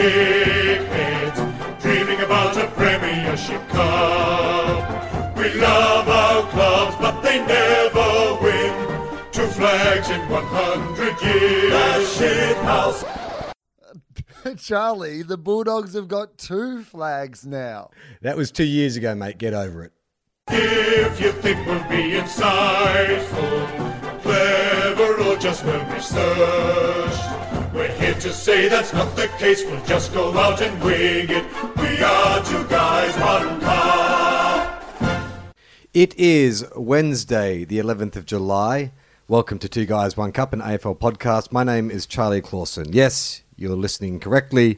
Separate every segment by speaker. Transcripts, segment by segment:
Speaker 1: dickheads, dreaming about a premiership cup. We love our clubs, but they never win. Two flags in 100 years. The shit house.
Speaker 2: Charlie, the Bulldogs have got two flags now.
Speaker 3: That was two years ago, mate. Get over it.
Speaker 1: If you think we'll be insightful, clever, or just well researched, we're here to say that's not the case. We'll just go out and wing it. We are two guys, one cup.
Speaker 3: It is Wednesday, the 11th of July. Welcome to Two Guys, One Cup, an AFL podcast. My name is Charlie Clausen. Yes, you're listening correctly.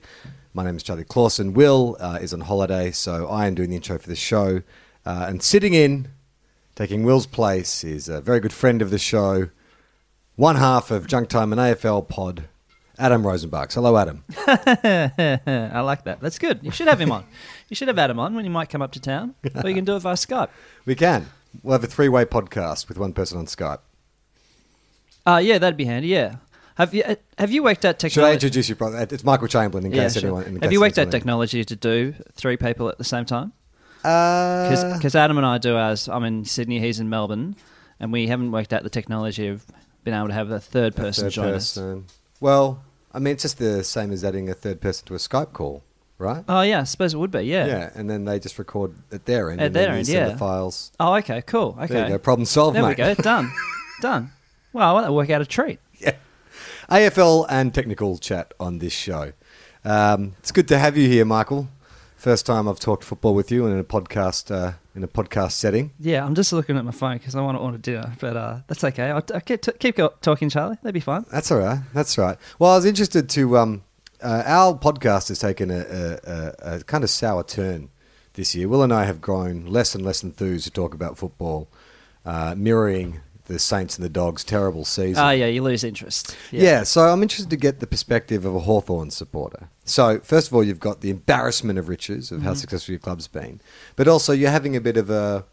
Speaker 3: My name is Charlie Clausen. Will uh, is on holiday, so I am doing the intro for the show. Uh, and sitting in, taking Will's place, is a very good friend of the show, one half of Junk Time and AFL pod, Adam Rosenbach. Hello, Adam.
Speaker 4: I like that. That's good. You should have him on. You should have Adam on when you might come up to town, or you can do it via Skype.
Speaker 3: We can. We'll have a three way podcast with one person on Skype.
Speaker 4: Uh, yeah, that'd be handy. Yeah. Have you uh, have you worked out
Speaker 3: Should I
Speaker 4: technology?
Speaker 3: introduce you? brother? It's Michael Chamberlain in
Speaker 4: yeah,
Speaker 3: case
Speaker 4: sure.
Speaker 3: anyone. In
Speaker 4: Have
Speaker 3: case
Speaker 4: you worked out
Speaker 3: anyone's
Speaker 4: technology to do three people at the same time?
Speaker 3: wondering. Uh,
Speaker 4: Because Adam and I do ours. I'm in Sydney. He's in Melbourne, and we haven't worked out the technology of being able to have a third person
Speaker 3: third
Speaker 4: join us.
Speaker 3: person. Well, I mean, it's just the same as adding a third person to a Skype call, right?
Speaker 4: Oh yeah, I suppose it would be. Yeah.
Speaker 3: yeah, and then they just record at their end.
Speaker 4: At
Speaker 3: and then
Speaker 4: their
Speaker 3: you
Speaker 4: end,
Speaker 3: send The
Speaker 4: yeah.
Speaker 3: files.
Speaker 4: Oh okay, cool. Okay.
Speaker 3: There you go. Problem solved,
Speaker 4: There we
Speaker 3: mate.
Speaker 4: go. Done. Done. Well, that'll work out a treat.
Speaker 3: AFL and technical chat on this show. Um, it's good to have you here, Michael. First time I've talked football with you in a podcast uh, in a podcast setting.
Speaker 4: Yeah, I'm just looking at my phone because I want to order dinner, but uh, that's okay. I'll, I'll keep, keep go- talking, Charlie. That'd be fine.
Speaker 3: That's all right. That's right. Well, I was interested to. Um, uh, our podcast has taken a, a, a, a kind of sour turn this year. Will and I have grown less and less enthused to talk about football, uh, mirroring the Saints and the Dogs' terrible season.
Speaker 4: Oh, yeah, you lose interest.
Speaker 3: yeah. so I'm interested to get the perspective of a Hawthorn supporter. So, first of all, you've got the embarrassment of riches of
Speaker 4: Mm-hmm.
Speaker 3: how successful your club's been, but also you're having a bit of a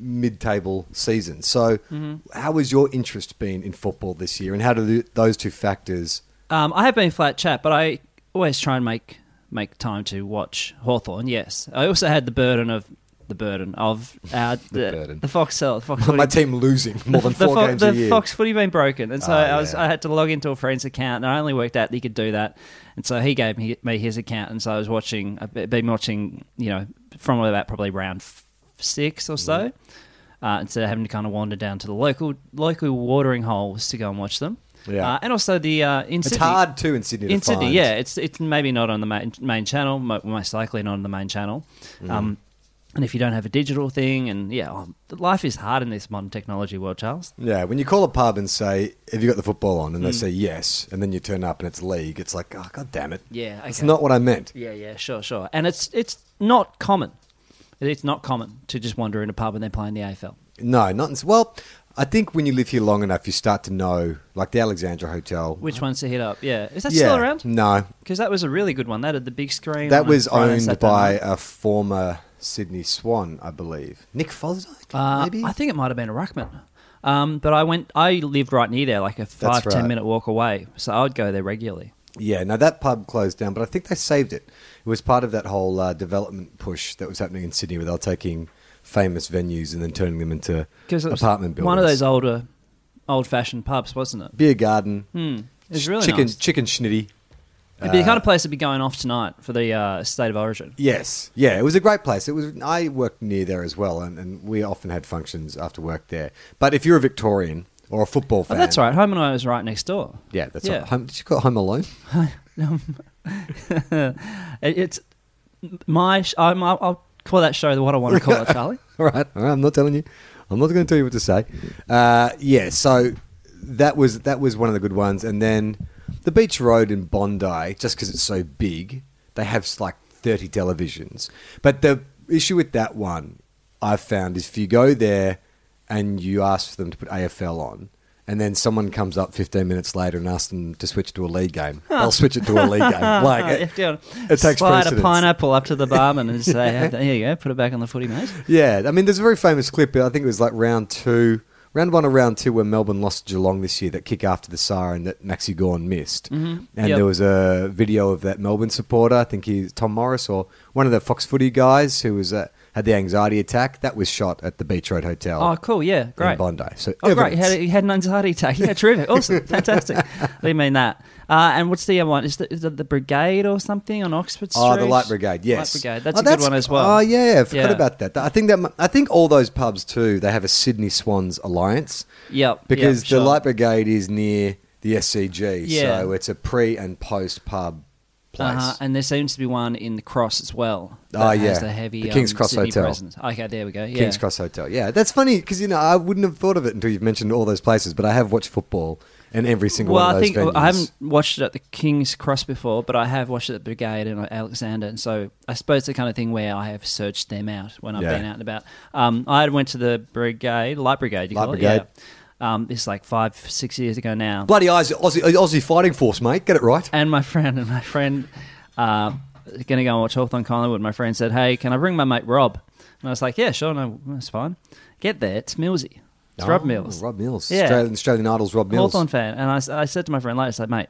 Speaker 3: mid-table season. So,
Speaker 4: Mm-hmm.
Speaker 3: how has your interest been in football this year, and how do th those two factors?
Speaker 4: Um, I have been flat chat, but I always try and make make time to watch Hawthorn. Yes, I also had the burden of the burden of our, the, the,
Speaker 3: burden.
Speaker 4: Fox cell, the Fox
Speaker 3: my
Speaker 4: footy-
Speaker 3: team losing more than
Speaker 4: the,
Speaker 3: four
Speaker 4: Fo-
Speaker 3: games
Speaker 4: the
Speaker 3: a year.
Speaker 4: Fox footy been broken, and so
Speaker 3: Oh,
Speaker 4: I was
Speaker 3: yeah.
Speaker 4: I had to log into a friend's account, and I only worked out that he could do that, and so he gave me, me his account, and so I was watching. I've be- been watching, you know, from about probably round f- six or so,
Speaker 3: Mm-hmm.
Speaker 4: uh, instead of having to kind of wander down to the local local watering holes to go and watch them.
Speaker 3: Yeah.
Speaker 4: uh, and also the uh, in
Speaker 3: it's
Speaker 4: Sydney-
Speaker 3: hard too in Sydney. To
Speaker 4: in
Speaker 3: find.
Speaker 4: Sydney, yeah, it's it's maybe not on the main, main channel, mo- most likely not on the main channel.
Speaker 3: Mm-hmm.
Speaker 4: Um, and if you don't have a digital thing, and yeah, oh, life is hard in this modern technology world, Charles.
Speaker 3: yeah. When you call a pub and say, "Have you got the football on?" and
Speaker 4: Mm.
Speaker 3: they say yes, and then you turn up and it's league, it's like, "Oh god damn it!"
Speaker 4: Yeah,
Speaker 3: it's
Speaker 4: okay.
Speaker 3: not what I meant.
Speaker 4: Yeah, yeah, sure, sure. And it's it's not common. It's not common to just wander in a pub and they're playing the AFL.
Speaker 3: No, not in, well. I think when you live here long enough, you start to know, like the Alexandra Hotel.
Speaker 4: Which one's to hit up? Yeah, is that
Speaker 3: yeah,
Speaker 4: still around?
Speaker 3: No,
Speaker 4: Because that was a really good one. That had the big screen.
Speaker 3: that
Speaker 4: on a
Speaker 3: was
Speaker 4: Friday,
Speaker 3: owned
Speaker 4: Saturday
Speaker 3: by
Speaker 4: night.
Speaker 3: a former Sydney Swan, I believe. Nick Fosdyke,
Speaker 4: Uh,
Speaker 3: maybe.
Speaker 4: I think it might have been a ruckman. Um, but I went. I lived right near there, like a five
Speaker 3: right.
Speaker 4: ten minute walk away. So I would go there regularly.
Speaker 3: Yeah, now that pub closed down, but I think they saved it. It was part of that whole uh, development push that was happening in Sydney, where they were taking famous venues and then turning them into
Speaker 4: because it was
Speaker 3: apartment buildings.
Speaker 4: One of those older, old-fashioned pubs, wasn't it?
Speaker 3: beer garden,
Speaker 4: It's Hmm. really
Speaker 3: chicken uh,
Speaker 4: nice.
Speaker 3: chicken schnitty.
Speaker 4: It'd be the kind of place to be going off tonight for the uh, state of origin.
Speaker 3: Yes, yeah, it was a great place. It was. I worked near there as well, and, and we often had functions after work there. But if you're a Victorian or a football
Speaker 4: Oh,
Speaker 3: fan,
Speaker 4: that's right. Home and I was right next door.
Speaker 3: Yeah, that's
Speaker 4: Yeah.
Speaker 3: right. Home, did you call it Home Alone?
Speaker 4: It- It's my. sh- I'm, I'll, I'll call that show the what I want to call it, Charlie.
Speaker 3: all right, all right. I'm not telling you. I'm not going to tell you what to say. Uh, yeah, so that was that was one of the good ones, and then the beach road in Bondi, just because it's so big, they have like 30 televisions. But the issue with that one I've found is if you go there and you ask for them to put AFL on. And then someone comes up 15 minutes later and asks them to switch to a league game. They'll switch it to a league game. Like
Speaker 4: If
Speaker 3: it,
Speaker 4: you wanna
Speaker 3: it takes
Speaker 4: slide
Speaker 3: precedence.
Speaker 4: a pineapple up to the barman and say, "Here you go, put it back on the footy, mate."
Speaker 3: Yeah, I mean, there's a very famous clip. I think it was like round two round one and round two where Melbourne lost to Geelong this year, that kick after the siren that Maxi Gorn missed. Mm-hmm. And
Speaker 4: Yep.
Speaker 3: there was a video of that Melbourne supporter, I think he's Tom Morris or one of the Fox footy guys who was uh, had the anxiety attack, that was shot at the Beach Road Hotel
Speaker 4: Oh, cool. Yeah,
Speaker 3: in
Speaker 4: great.
Speaker 3: Bondi. So
Speaker 4: Oh, great. He
Speaker 3: evidence.
Speaker 4: had, he had an anxiety attack. Yeah, terrific. Awesome. Fantastic. They mean that. Uh, and what's the other one? Is, the, is it the Brigade or something on Oxford Street?
Speaker 3: Oh, the Light Brigade, yes.
Speaker 4: Light Brigade. That's
Speaker 3: Oh,
Speaker 4: a good one as well.
Speaker 3: Oh, yeah, I forgot
Speaker 4: Yeah.
Speaker 3: about that. I think that mu- I think all those pubs too. They have a Sydney Swans alliance.
Speaker 4: Yep,
Speaker 3: Because
Speaker 4: yep,
Speaker 3: the
Speaker 4: sure.
Speaker 3: Light Brigade is near the SCG,
Speaker 4: Yeah.
Speaker 3: so it's a pre and post pub place.
Speaker 4: Uh-huh, and there seems to be one in the Cross as well. that
Speaker 3: Ah,
Speaker 4: has
Speaker 3: yeah.
Speaker 4: the heavy
Speaker 3: The King's
Speaker 4: um,
Speaker 3: Cross
Speaker 4: Sydney
Speaker 3: Hotel.
Speaker 4: presence. Okay, there we go. Yeah.
Speaker 3: King's Cross Hotel. Yeah, that's funny because you know I wouldn't have thought of it until you've mentioned all those places. But I have watched football in every single
Speaker 4: Well,
Speaker 3: one of
Speaker 4: I
Speaker 3: those
Speaker 4: think
Speaker 3: venues.
Speaker 4: I haven't watched it at the King's Cross before, but I have watched it at Brigade and at Alexander, and so I suppose it's the kind of thing where I have searched them out when I've
Speaker 3: Yeah.
Speaker 4: been out and about. Um, I had went to the Brigade, Light Brigade, you
Speaker 3: Light
Speaker 4: call
Speaker 3: Brigade.
Speaker 4: it, yeah. Um, this is like five, six years ago now.
Speaker 3: Bloody Aussie, Aussie, Aussie fighting force, mate. Get it right.
Speaker 4: and my friend and my friend uh, going to go and watch Hawthorne Collingwood. My friend said, "Hey, can I bring my mate Rob?" And I was like, "Yeah, sure, no, that's fine." Get there, it's Millsy. It's Rob
Speaker 3: Oh,
Speaker 4: Mills.
Speaker 3: Rob Mills.
Speaker 4: Yeah.
Speaker 3: Australian, Australian Idol's Rob Mills.
Speaker 4: Hawthorn fan. And I, s- I said to my friend later, I said, mate,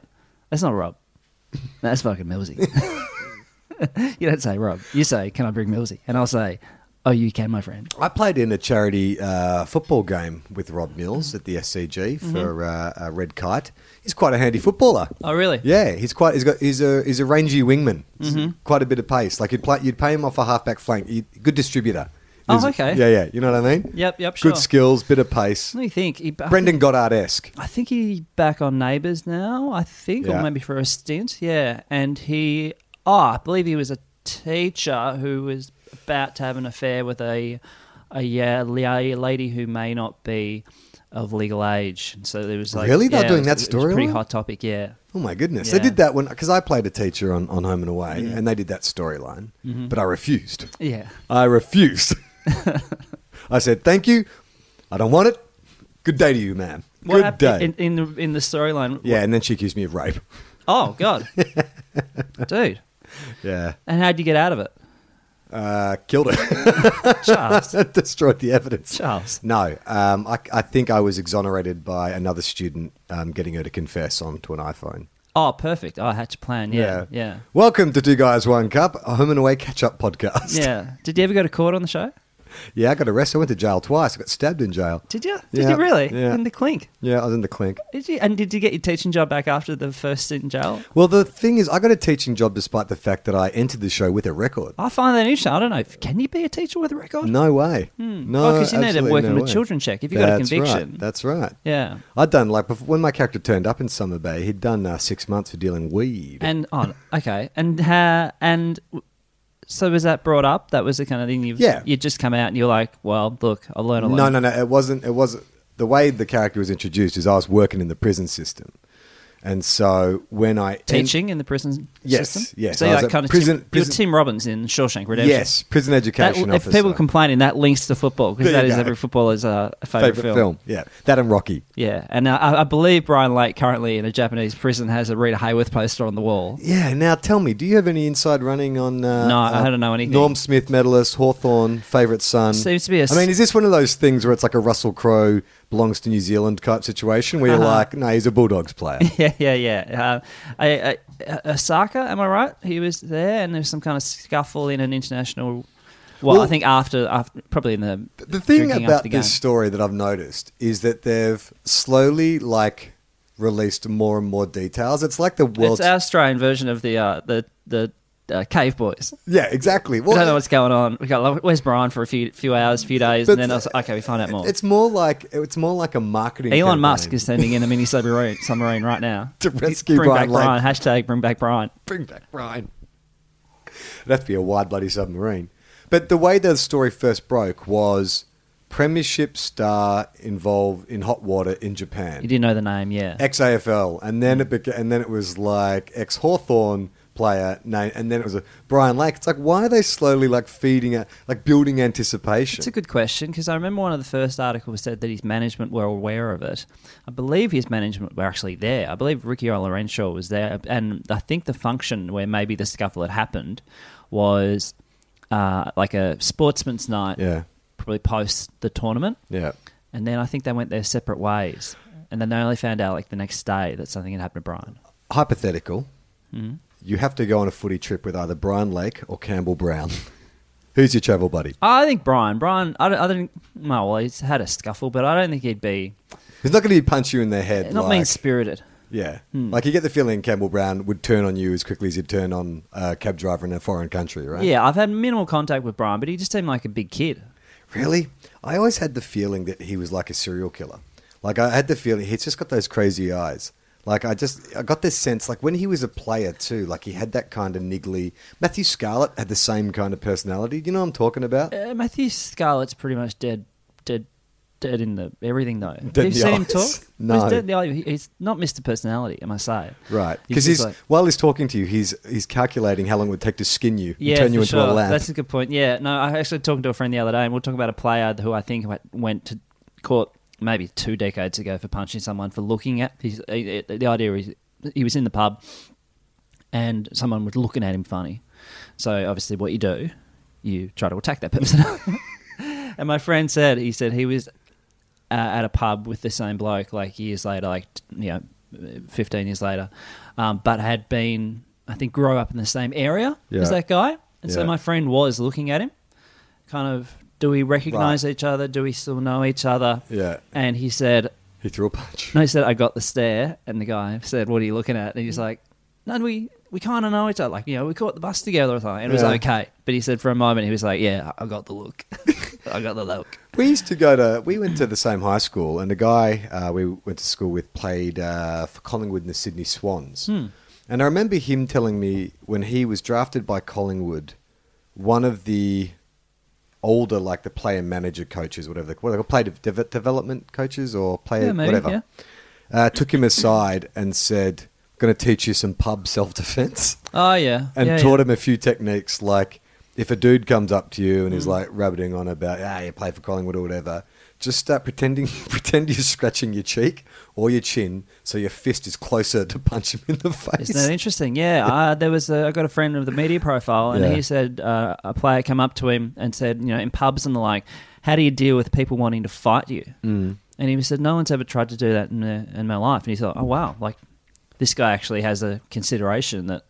Speaker 4: that's not Rob. That's fucking Millsy. you don't say Rob. You say, can I bring Millsy? And I'll say, oh, you can, my friend.
Speaker 3: I played in a charity uh, football game with Rob Mills at the SCG
Speaker 4: Mm-hmm.
Speaker 3: for uh, a red kite. He's quite a handy footballer.
Speaker 4: Oh, really?
Speaker 3: Yeah, he's quite. He's got. He's a. He's a rangy wingman. He's
Speaker 4: Mm-hmm.
Speaker 3: Quite a bit of pace. Like you'd play. You'd pay him off a halfback flank. He- good distributor.
Speaker 4: Oh,
Speaker 3: He's-
Speaker 4: okay.
Speaker 3: Yeah, yeah. You know what I mean?
Speaker 4: Yep, yep, sure.
Speaker 3: Good skills, bit of pace.
Speaker 4: What do you think? He, I
Speaker 3: Brendan Goddard esque.
Speaker 4: I think he's back on Neighbours now, I think,
Speaker 3: Yeah.
Speaker 4: or maybe for a stint. Yeah. And he, oh, I believe he was a teacher who was about to have an affair with a, a yeah, la- lady who may not be of legal age. And so there was like.
Speaker 3: Really? They're
Speaker 4: yeah, it
Speaker 3: doing
Speaker 4: was-
Speaker 3: that
Speaker 4: it was a
Speaker 3: storyline?
Speaker 4: Pretty hot topic, yeah.
Speaker 3: Oh my goodness! They
Speaker 4: Yeah. Mm-hmm.
Speaker 3: did that when because I played a teacher on, on Home and Away, and they did that storyline, but I refused.
Speaker 4: Yeah.
Speaker 3: I refused. I said, "Thank you. I don't want it. Good day to you, ma'am.
Speaker 4: What
Speaker 3: Good
Speaker 4: happened
Speaker 3: day."
Speaker 4: in, in the in the storyline?
Speaker 3: yeah, and then she accused me of rape.
Speaker 4: Oh God, dude!
Speaker 3: Yeah,
Speaker 4: And how'd you get out of it,
Speaker 3: uh, killed her.
Speaker 4: Charles?
Speaker 3: Destroyed the evidence.
Speaker 4: Charles.
Speaker 3: No, um, I, I think I was exonerated by another student um, getting her to confess onto an iPhone.
Speaker 4: Oh, perfect. Oh, I had to plan. Yeah, yeah,
Speaker 3: Welcome to Two Guys One Cup, a home and away catch up podcast.
Speaker 4: yeah. Did you ever go to court on the show?
Speaker 3: yeah. I got arrested. I went to jail twice. I got stabbed in jail.
Speaker 4: Did you? Did
Speaker 3: Yeah,
Speaker 4: you really?
Speaker 3: yeah.
Speaker 4: In the clink?
Speaker 3: Yeah, I was in the clink.
Speaker 4: Did you? And did you get your teaching job back after the first stint in jail?
Speaker 3: Well, the thing is, I got a teaching job despite the fact that I entered the show with a record.
Speaker 4: I find that interesting. I don't know. Can you be a teacher with a record?
Speaker 3: No way. No,
Speaker 4: because Hmm. Oh, you need a
Speaker 3: absolutely
Speaker 4: working
Speaker 3: no
Speaker 4: with
Speaker 3: way.
Speaker 4: children check if you got a
Speaker 3: That's
Speaker 4: conviction.
Speaker 3: Right. That's right.
Speaker 4: yeah.
Speaker 3: I'd done like before, when my character turned up in Summer Bay, he'd done uh, six months for dealing weed.
Speaker 4: And on. okay. And how? and w- so was that brought up? That was the kind of thing you
Speaker 3: Yeah.
Speaker 4: you just come out and you're like, well, look, I'll learn a lot.
Speaker 3: no, no, no. It wasn't. It wasn't. The way the character was introduced is I was working in the prison system, and so when I
Speaker 4: teaching in the prison
Speaker 3: Yes,
Speaker 4: system.
Speaker 3: yes.
Speaker 4: So
Speaker 3: I
Speaker 4: you're
Speaker 3: was
Speaker 4: like
Speaker 3: a
Speaker 4: kind of
Speaker 3: prison-
Speaker 4: Tim,
Speaker 3: prison-
Speaker 4: you're Tim Robbins in Shawshank
Speaker 3: and-
Speaker 4: Redemption.
Speaker 3: yes, prison
Speaker 4: That,
Speaker 3: education
Speaker 4: if
Speaker 3: officer.
Speaker 4: people complaining, that links to football because
Speaker 3: There
Speaker 4: that
Speaker 3: you
Speaker 4: is
Speaker 3: go.
Speaker 4: every footballer's uh, favorite,
Speaker 3: favorite film. yeah, that and Rocky.
Speaker 4: Yeah, and uh, I, I believe Brian Lake currently in a Japanese prison has a Rita Hayworth poster on the wall.
Speaker 3: Yeah. Now tell me, do you have any inside running on? Uh,
Speaker 4: No,
Speaker 3: uh,
Speaker 4: I don't know anything.
Speaker 3: Norm Smith medalist, Hawthorne favorite son.
Speaker 4: Seems to be a
Speaker 3: I mean, is this one of those things where it's like a Russell Crowe belongs to New Zealand type situation where you're
Speaker 4: Uh-huh.
Speaker 3: like, no, he's a Bulldogs player.
Speaker 4: Yeah, yeah, yeah. Uh, I, I, Osaka, am I right? He was there, and there was some kind of scuffle in an international. Well,
Speaker 3: Well-
Speaker 4: I think after, after probably in the
Speaker 3: the thing
Speaker 4: drinking
Speaker 3: about
Speaker 4: after the
Speaker 3: this
Speaker 4: game.
Speaker 3: story that I've noticed is that they've slowly like released more and more details. It's like the world.
Speaker 4: it's our Australian version of the uh, the the uh, Cave Boys.
Speaker 3: yeah, exactly.
Speaker 4: I
Speaker 3: Well,
Speaker 4: don't know what's going on. We got like, where's Brian for a few few hours, few days,
Speaker 3: But
Speaker 4: and then I was
Speaker 3: the-
Speaker 4: like, okay, we find out more.
Speaker 3: it's more like it's more like a marketing.
Speaker 4: Elon
Speaker 3: campaign
Speaker 4: Musk is sending in a mini submarine submarine right now
Speaker 3: To rescue
Speaker 4: bring
Speaker 3: Brian
Speaker 4: back
Speaker 3: Lake.
Speaker 4: Brian. Hashtag bring back Brian.
Speaker 3: bring back Brian. That'd be a wide bloody submarine. But the way the story first broke was Premiership star involved in hot water in Japan.
Speaker 4: You didn't know the name, yeah.
Speaker 3: ex AFL, and then it
Speaker 4: Hmm.
Speaker 3: beca- and then it was like ex Hawthorn player name, and then it was a Brian Lake. It's like why are they slowly like feeding it, like building anticipation?
Speaker 4: It's a good question because I remember one of the first articles said that his management were aware of it. I believe his management were actually there. I believe Ricky Olorenshaw was there, and I think the function where maybe the scuffle had happened was uh, like a sportsman's night,
Speaker 3: yeah,
Speaker 4: probably post the tournament.
Speaker 3: yeah.
Speaker 4: And then I think they went their separate ways. And then they only found out like the next day that something had happened to Brian. Oh,
Speaker 3: Hypothetical.
Speaker 4: Hmm.
Speaker 3: You have to go on a footy trip with either Brian Lake or Campbell Brown. Who's your travel buddy?
Speaker 4: I think Brian, Brian, I don't, I don't no, well, he's had a scuffle, but I don't think he'd be,
Speaker 3: He's not going to punch you in the head.
Speaker 4: not Hmm.
Speaker 3: like,
Speaker 4: mean spirited.
Speaker 3: Yeah. Like you get the feeling Campbell Brown would turn on you as quickly as he'd turn on a cab driver in a foreign country, right?
Speaker 4: Yeah, I've had minimal contact with Brian, but he just seemed like a big kid.
Speaker 3: Really? I always had the feeling that he was like a serial killer. Like I had the feeling he's just got those crazy eyes. Like I just I got this sense like when he was a player too, like he had that kind of niggly Matthew Scarlett had the same kind of personality. Do you know what I'm talking about?
Speaker 4: Uh, Matthew Scarlett's pretty much dead, dead, dead in the everything though.
Speaker 3: in
Speaker 4: Have
Speaker 3: the
Speaker 4: you seen him talk?
Speaker 3: eyes. No.
Speaker 4: he's, dead in the eye. He- he's not Mr. Personality, I must say.
Speaker 3: Right. Because he's,
Speaker 4: just like-
Speaker 3: while he's talking to you, he's he's calculating how long it would take to skin you and
Speaker 4: yeah,
Speaker 3: turn you
Speaker 4: for
Speaker 3: into
Speaker 4: sure.
Speaker 3: a lamp.
Speaker 4: That's a good point. Yeah, no, I actually talking to a friend the other day, and we'll talk about a player who I think went- went to court maybe two decades ago for punching someone for looking at his, eh, eh, the idea is he was in the pub and someone was looking at him funny. So obviously, what you do, you try to attack that person. and my friend said he said he was uh, at a pub with the same bloke like years later, like t- you know, fifteen years later, um, but had been I think grow up in the same area
Speaker 3: Yeah.
Speaker 4: as that guy, and so
Speaker 3: Yeah.
Speaker 4: my friend was looking at him, kind of. Do we recognize each other? Do we still know each other?
Speaker 3: Yeah.
Speaker 4: And he said,
Speaker 3: he threw a punch.
Speaker 4: no, he said I got the stare, and the guy said, "What are you looking at?" And he's like, "No, we we kind of know each other. Like, you know, we caught the bus together or something. And it was
Speaker 3: Yeah.
Speaker 4: okay." But he said for a moment, he was like, "Yeah, I got the look. I got the look."
Speaker 3: We used to go to, we went to the same high school, and the guy uh, we went to school with played uh, for Collingwood and the Sydney Swans.
Speaker 4: Hmm.
Speaker 3: And I remember him telling me when he was drafted by Collingwood, one of the older, like the player manager coaches, whatever they what are they called, player de- development coaches or player,
Speaker 4: Yeah, maybe,
Speaker 3: whatever,
Speaker 4: yeah.
Speaker 3: uh, took him aside and said, going to teach you some pub self defense
Speaker 4: Oh yeah,
Speaker 3: and
Speaker 4: yeah,
Speaker 3: taught
Speaker 4: yeah.
Speaker 3: him a few techniques like if a dude comes up to you and
Speaker 4: Mm.
Speaker 3: is like rabbiting on about ah you play for Collingwood or whatever, just start pretending pretend you're scratching your cheek or your chin so your fist is closer to punch him in the face.
Speaker 4: Isn't that interesting? Yeah, uh, there was. A, I got a friend of the media profile, and
Speaker 3: Yeah.
Speaker 4: he said uh, a player came up to him and said, you know, in pubs and the like, how do you deal with people wanting to fight you? Mm. And he said, no one's ever tried to do that in, their, in my life. And he thought, oh wow, like this guy actually has a consideration that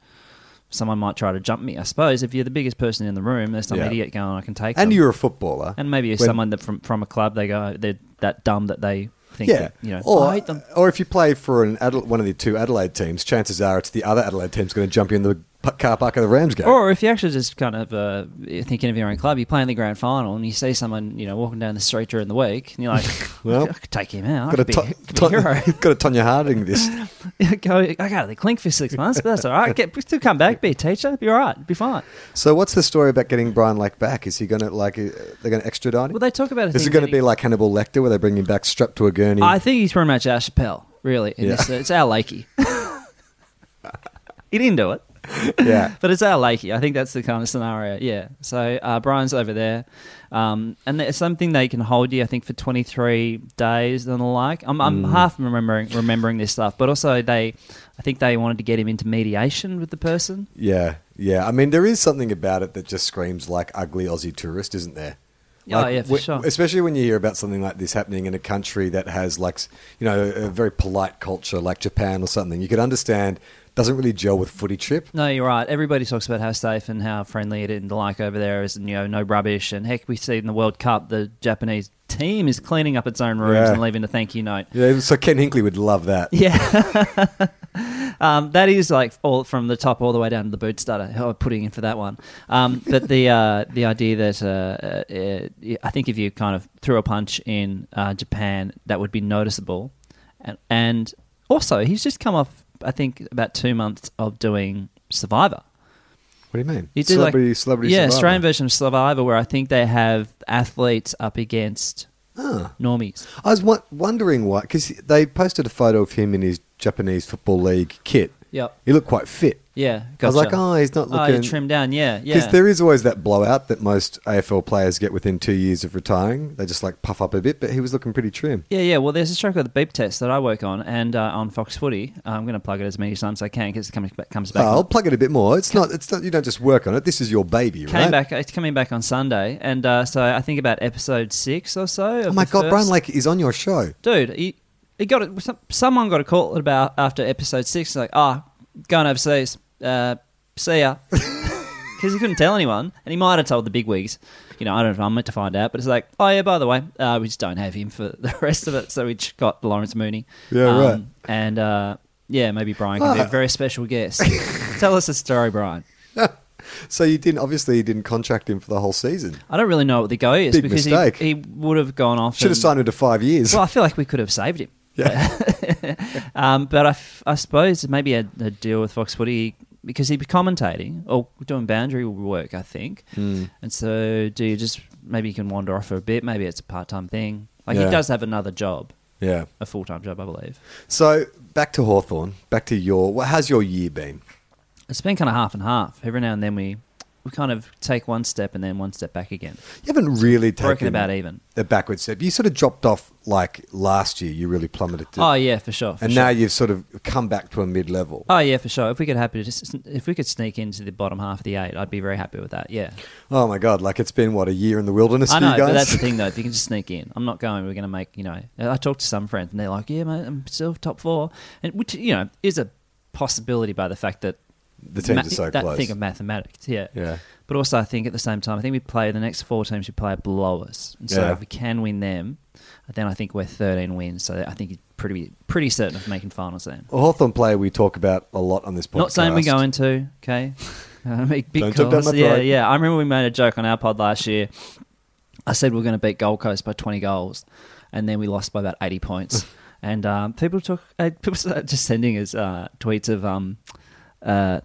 Speaker 4: someone might try to jump me. I suppose if you're the biggest person in the room, there's some
Speaker 3: Yeah.
Speaker 4: idiot going, I can take.
Speaker 3: and
Speaker 4: them.
Speaker 3: you're a footballer.
Speaker 4: and maybe
Speaker 3: When-
Speaker 4: someone that from from a club they go, they're that dumb that they think,
Speaker 3: yeah,
Speaker 4: that, you know,
Speaker 3: or,
Speaker 4: I hate them.
Speaker 3: or if you play for an Adela- one of the two Adelaide teams, chances are it's the other Adelaide team's going to jump you in the p- car park of the Ramsgate.
Speaker 4: Or if you're actually just kind of uh, thinking of your own club, you play in the grand final and you see someone, you know, walking down the street during the week, and you're like,
Speaker 3: Well,
Speaker 4: I could take him out. I
Speaker 3: got a
Speaker 4: could be,
Speaker 3: to-
Speaker 4: could be a hero.
Speaker 3: got a Tonya Harding this.
Speaker 4: Go, I got out of the clink for six months, but that's all right. Get, still come back, be a teacher, be all right, be fine.
Speaker 3: So what's the story about getting Brian Lake back? Is he going to like uh, they're going to extradite him?
Speaker 4: Well, they talk about a
Speaker 3: Is
Speaker 4: thing
Speaker 3: it going
Speaker 4: that
Speaker 3: to be
Speaker 4: he-
Speaker 3: like Hannibal Lecter, where they bring him back strapped to a gurney?
Speaker 4: I think he's pretty much our Chappelle, really. In
Speaker 3: Yeah.
Speaker 4: this, it's our Lakey. he didn't do it.
Speaker 3: yeah,
Speaker 4: But it's our Lakey. I think that's the kind of scenario. Yeah. So uh, Brian's over there, um, and there's something they can hold you. I think for 23 days and the like. I'm, I'm half remembering remembering this stuff, but also they, I think they wanted to get him into mediation with the person.
Speaker 3: yeah, yeah. I mean, there is something about it that just screams like ugly Aussie tourist, isn't there?
Speaker 4: Oh, yeah, for
Speaker 3: w-
Speaker 4: sure.
Speaker 3: Especially when you hear about something like this happening in a country that has like, s- you know, a very polite culture like Japan or something. You could understand doesn't really gel with footy trip.
Speaker 4: No, you're right. Everybody talks about how safe and how friendly it is and the like over there is, and you know, no rubbish. And heck, we see in the World Cup the Japanese team is cleaning up its own rooms
Speaker 3: Yeah.
Speaker 4: and leaving a thank you note.
Speaker 3: Yeah, so Ken Hinkley would love that.
Speaker 4: Yeah. um, that is like all from the top all the way down to the boot starter. How I'm putting in for that one. Um, but the uh, the idea that uh, uh, uh, I think if you kind of threw a punch in uh, Japan, that would be noticeable. And, and also, he's just come off, I think, about two months of doing Survivor.
Speaker 3: What do you mean?
Speaker 4: You do,
Speaker 3: celebrity,
Speaker 4: like,
Speaker 3: celebrity,
Speaker 4: yeah,
Speaker 3: Survivor.
Speaker 4: Australian version of Survivor, where I think they have athletes up against normies.
Speaker 3: I was w- wondering why, because they posted a photo of him in his Japanese football league kit,
Speaker 4: Yep.
Speaker 3: He looked quite fit.
Speaker 4: Yeah.
Speaker 3: I was like,
Speaker 4: gotcha.
Speaker 3: oh, he's not
Speaker 4: Oh,
Speaker 3: looking.
Speaker 4: you're trimmed down. Yeah. Yeah.
Speaker 3: Because there is always that blowout that most AFL players get within two years of retiring. They just like puff up a bit, but he was looking pretty trim.
Speaker 4: Yeah, yeah. Well, there's a show called the Beep Test that I work on, and uh, on Fox Footy, I'm going to plug it as many times as I can because it comes back. Comes back
Speaker 3: Oh, I'll plug it a bit more. It's not. It's not. You don't just work on it. This is your baby,
Speaker 4: came
Speaker 3: right?
Speaker 4: back. It's coming back on Sunday, and uh, so I think about episode six or so.
Speaker 3: Oh my god, Brian Lake is on your show.
Speaker 4: dude, he, he got it. some- Someone got a call about after episode six. Like, ah, going overseas. Uh, see ya. Because he couldn't tell anyone, and he might have told the big wigs. You know, I don't know if I'm meant to find out, but it's like, oh yeah, by the way, uh, we just don't have him for the rest of it, so we just got Lawrence Mooney. Um,
Speaker 3: Yeah, right.
Speaker 4: And uh, yeah, maybe Brian can be a
Speaker 3: Ah.
Speaker 4: very special guest. tell us a story, Brian.
Speaker 3: So you didn't. Obviously, you didn't contract him for the whole season.
Speaker 4: I don't really know what the go is
Speaker 3: Big
Speaker 4: because
Speaker 3: mistake.
Speaker 4: he, he would have gone off.
Speaker 3: Should have
Speaker 4: and-
Speaker 3: signed him to five years.
Speaker 4: Um, Well, I feel like we could have saved him.
Speaker 3: yeah.
Speaker 4: Um, but I, f- I suppose maybe a, a deal with Fox Footy because he'd be commentating or doing boundary work, I think.
Speaker 3: Hmm.
Speaker 4: And so, do you just maybe you can wander off for a bit? Maybe it's a part time thing. Like
Speaker 3: Yeah.
Speaker 4: he does have another job,
Speaker 3: yeah.
Speaker 4: a full time job, I believe.
Speaker 3: So back to Hawthorn. Back to your. Well, how's your year been?
Speaker 4: It's been kind of half and half. Every now and then we we kind of take one step and then one step back again.
Speaker 3: You haven't really taken
Speaker 4: Broken about even.
Speaker 3: a backward step. You sort of dropped off like last year. You really plummeted. To,
Speaker 4: Oh yeah, for sure. for
Speaker 3: and
Speaker 4: sure.
Speaker 3: now you've sort of come back to a mid level.
Speaker 4: Oh yeah, for sure. If we could happy to just, if we could sneak into the bottom half of the eight, I'd be very happy with that. Yeah,
Speaker 3: Oh my god! Like it's been what a year in the wilderness
Speaker 4: I
Speaker 3: for
Speaker 4: know,
Speaker 3: you guys.
Speaker 4: but that's the thing though. If you can just sneak in, I'm not going. We're going to make you know. I talked to some friends and they're like, "Yeah, mate, I'm still top four. and which you know is a possibility by the fact that
Speaker 3: The teams are so
Speaker 4: that
Speaker 3: close.
Speaker 4: thing of mathematics, yeah,
Speaker 3: Yeah.
Speaker 4: But also, I think at the same time, I think we play the next four teams we play below us, and so
Speaker 3: Yeah.
Speaker 4: if we can win them, then I think we're 13 wins. So I think it's pretty pretty certain of making finals then.
Speaker 3: A Hawthorn player we talk about a lot on this podcast.
Speaker 4: Not saying we're going to, okay? Uh, big big
Speaker 3: Don't jump down
Speaker 4: calls.
Speaker 3: my
Speaker 4: Yeah,
Speaker 3: throat.
Speaker 4: yeah. I remember we made a joke on our pod last year. I said we are going to beat Gold Coast by 20 goals, and then we lost by about 80 points. and um, people took uh, people started just sending us uh, tweets of um, uh,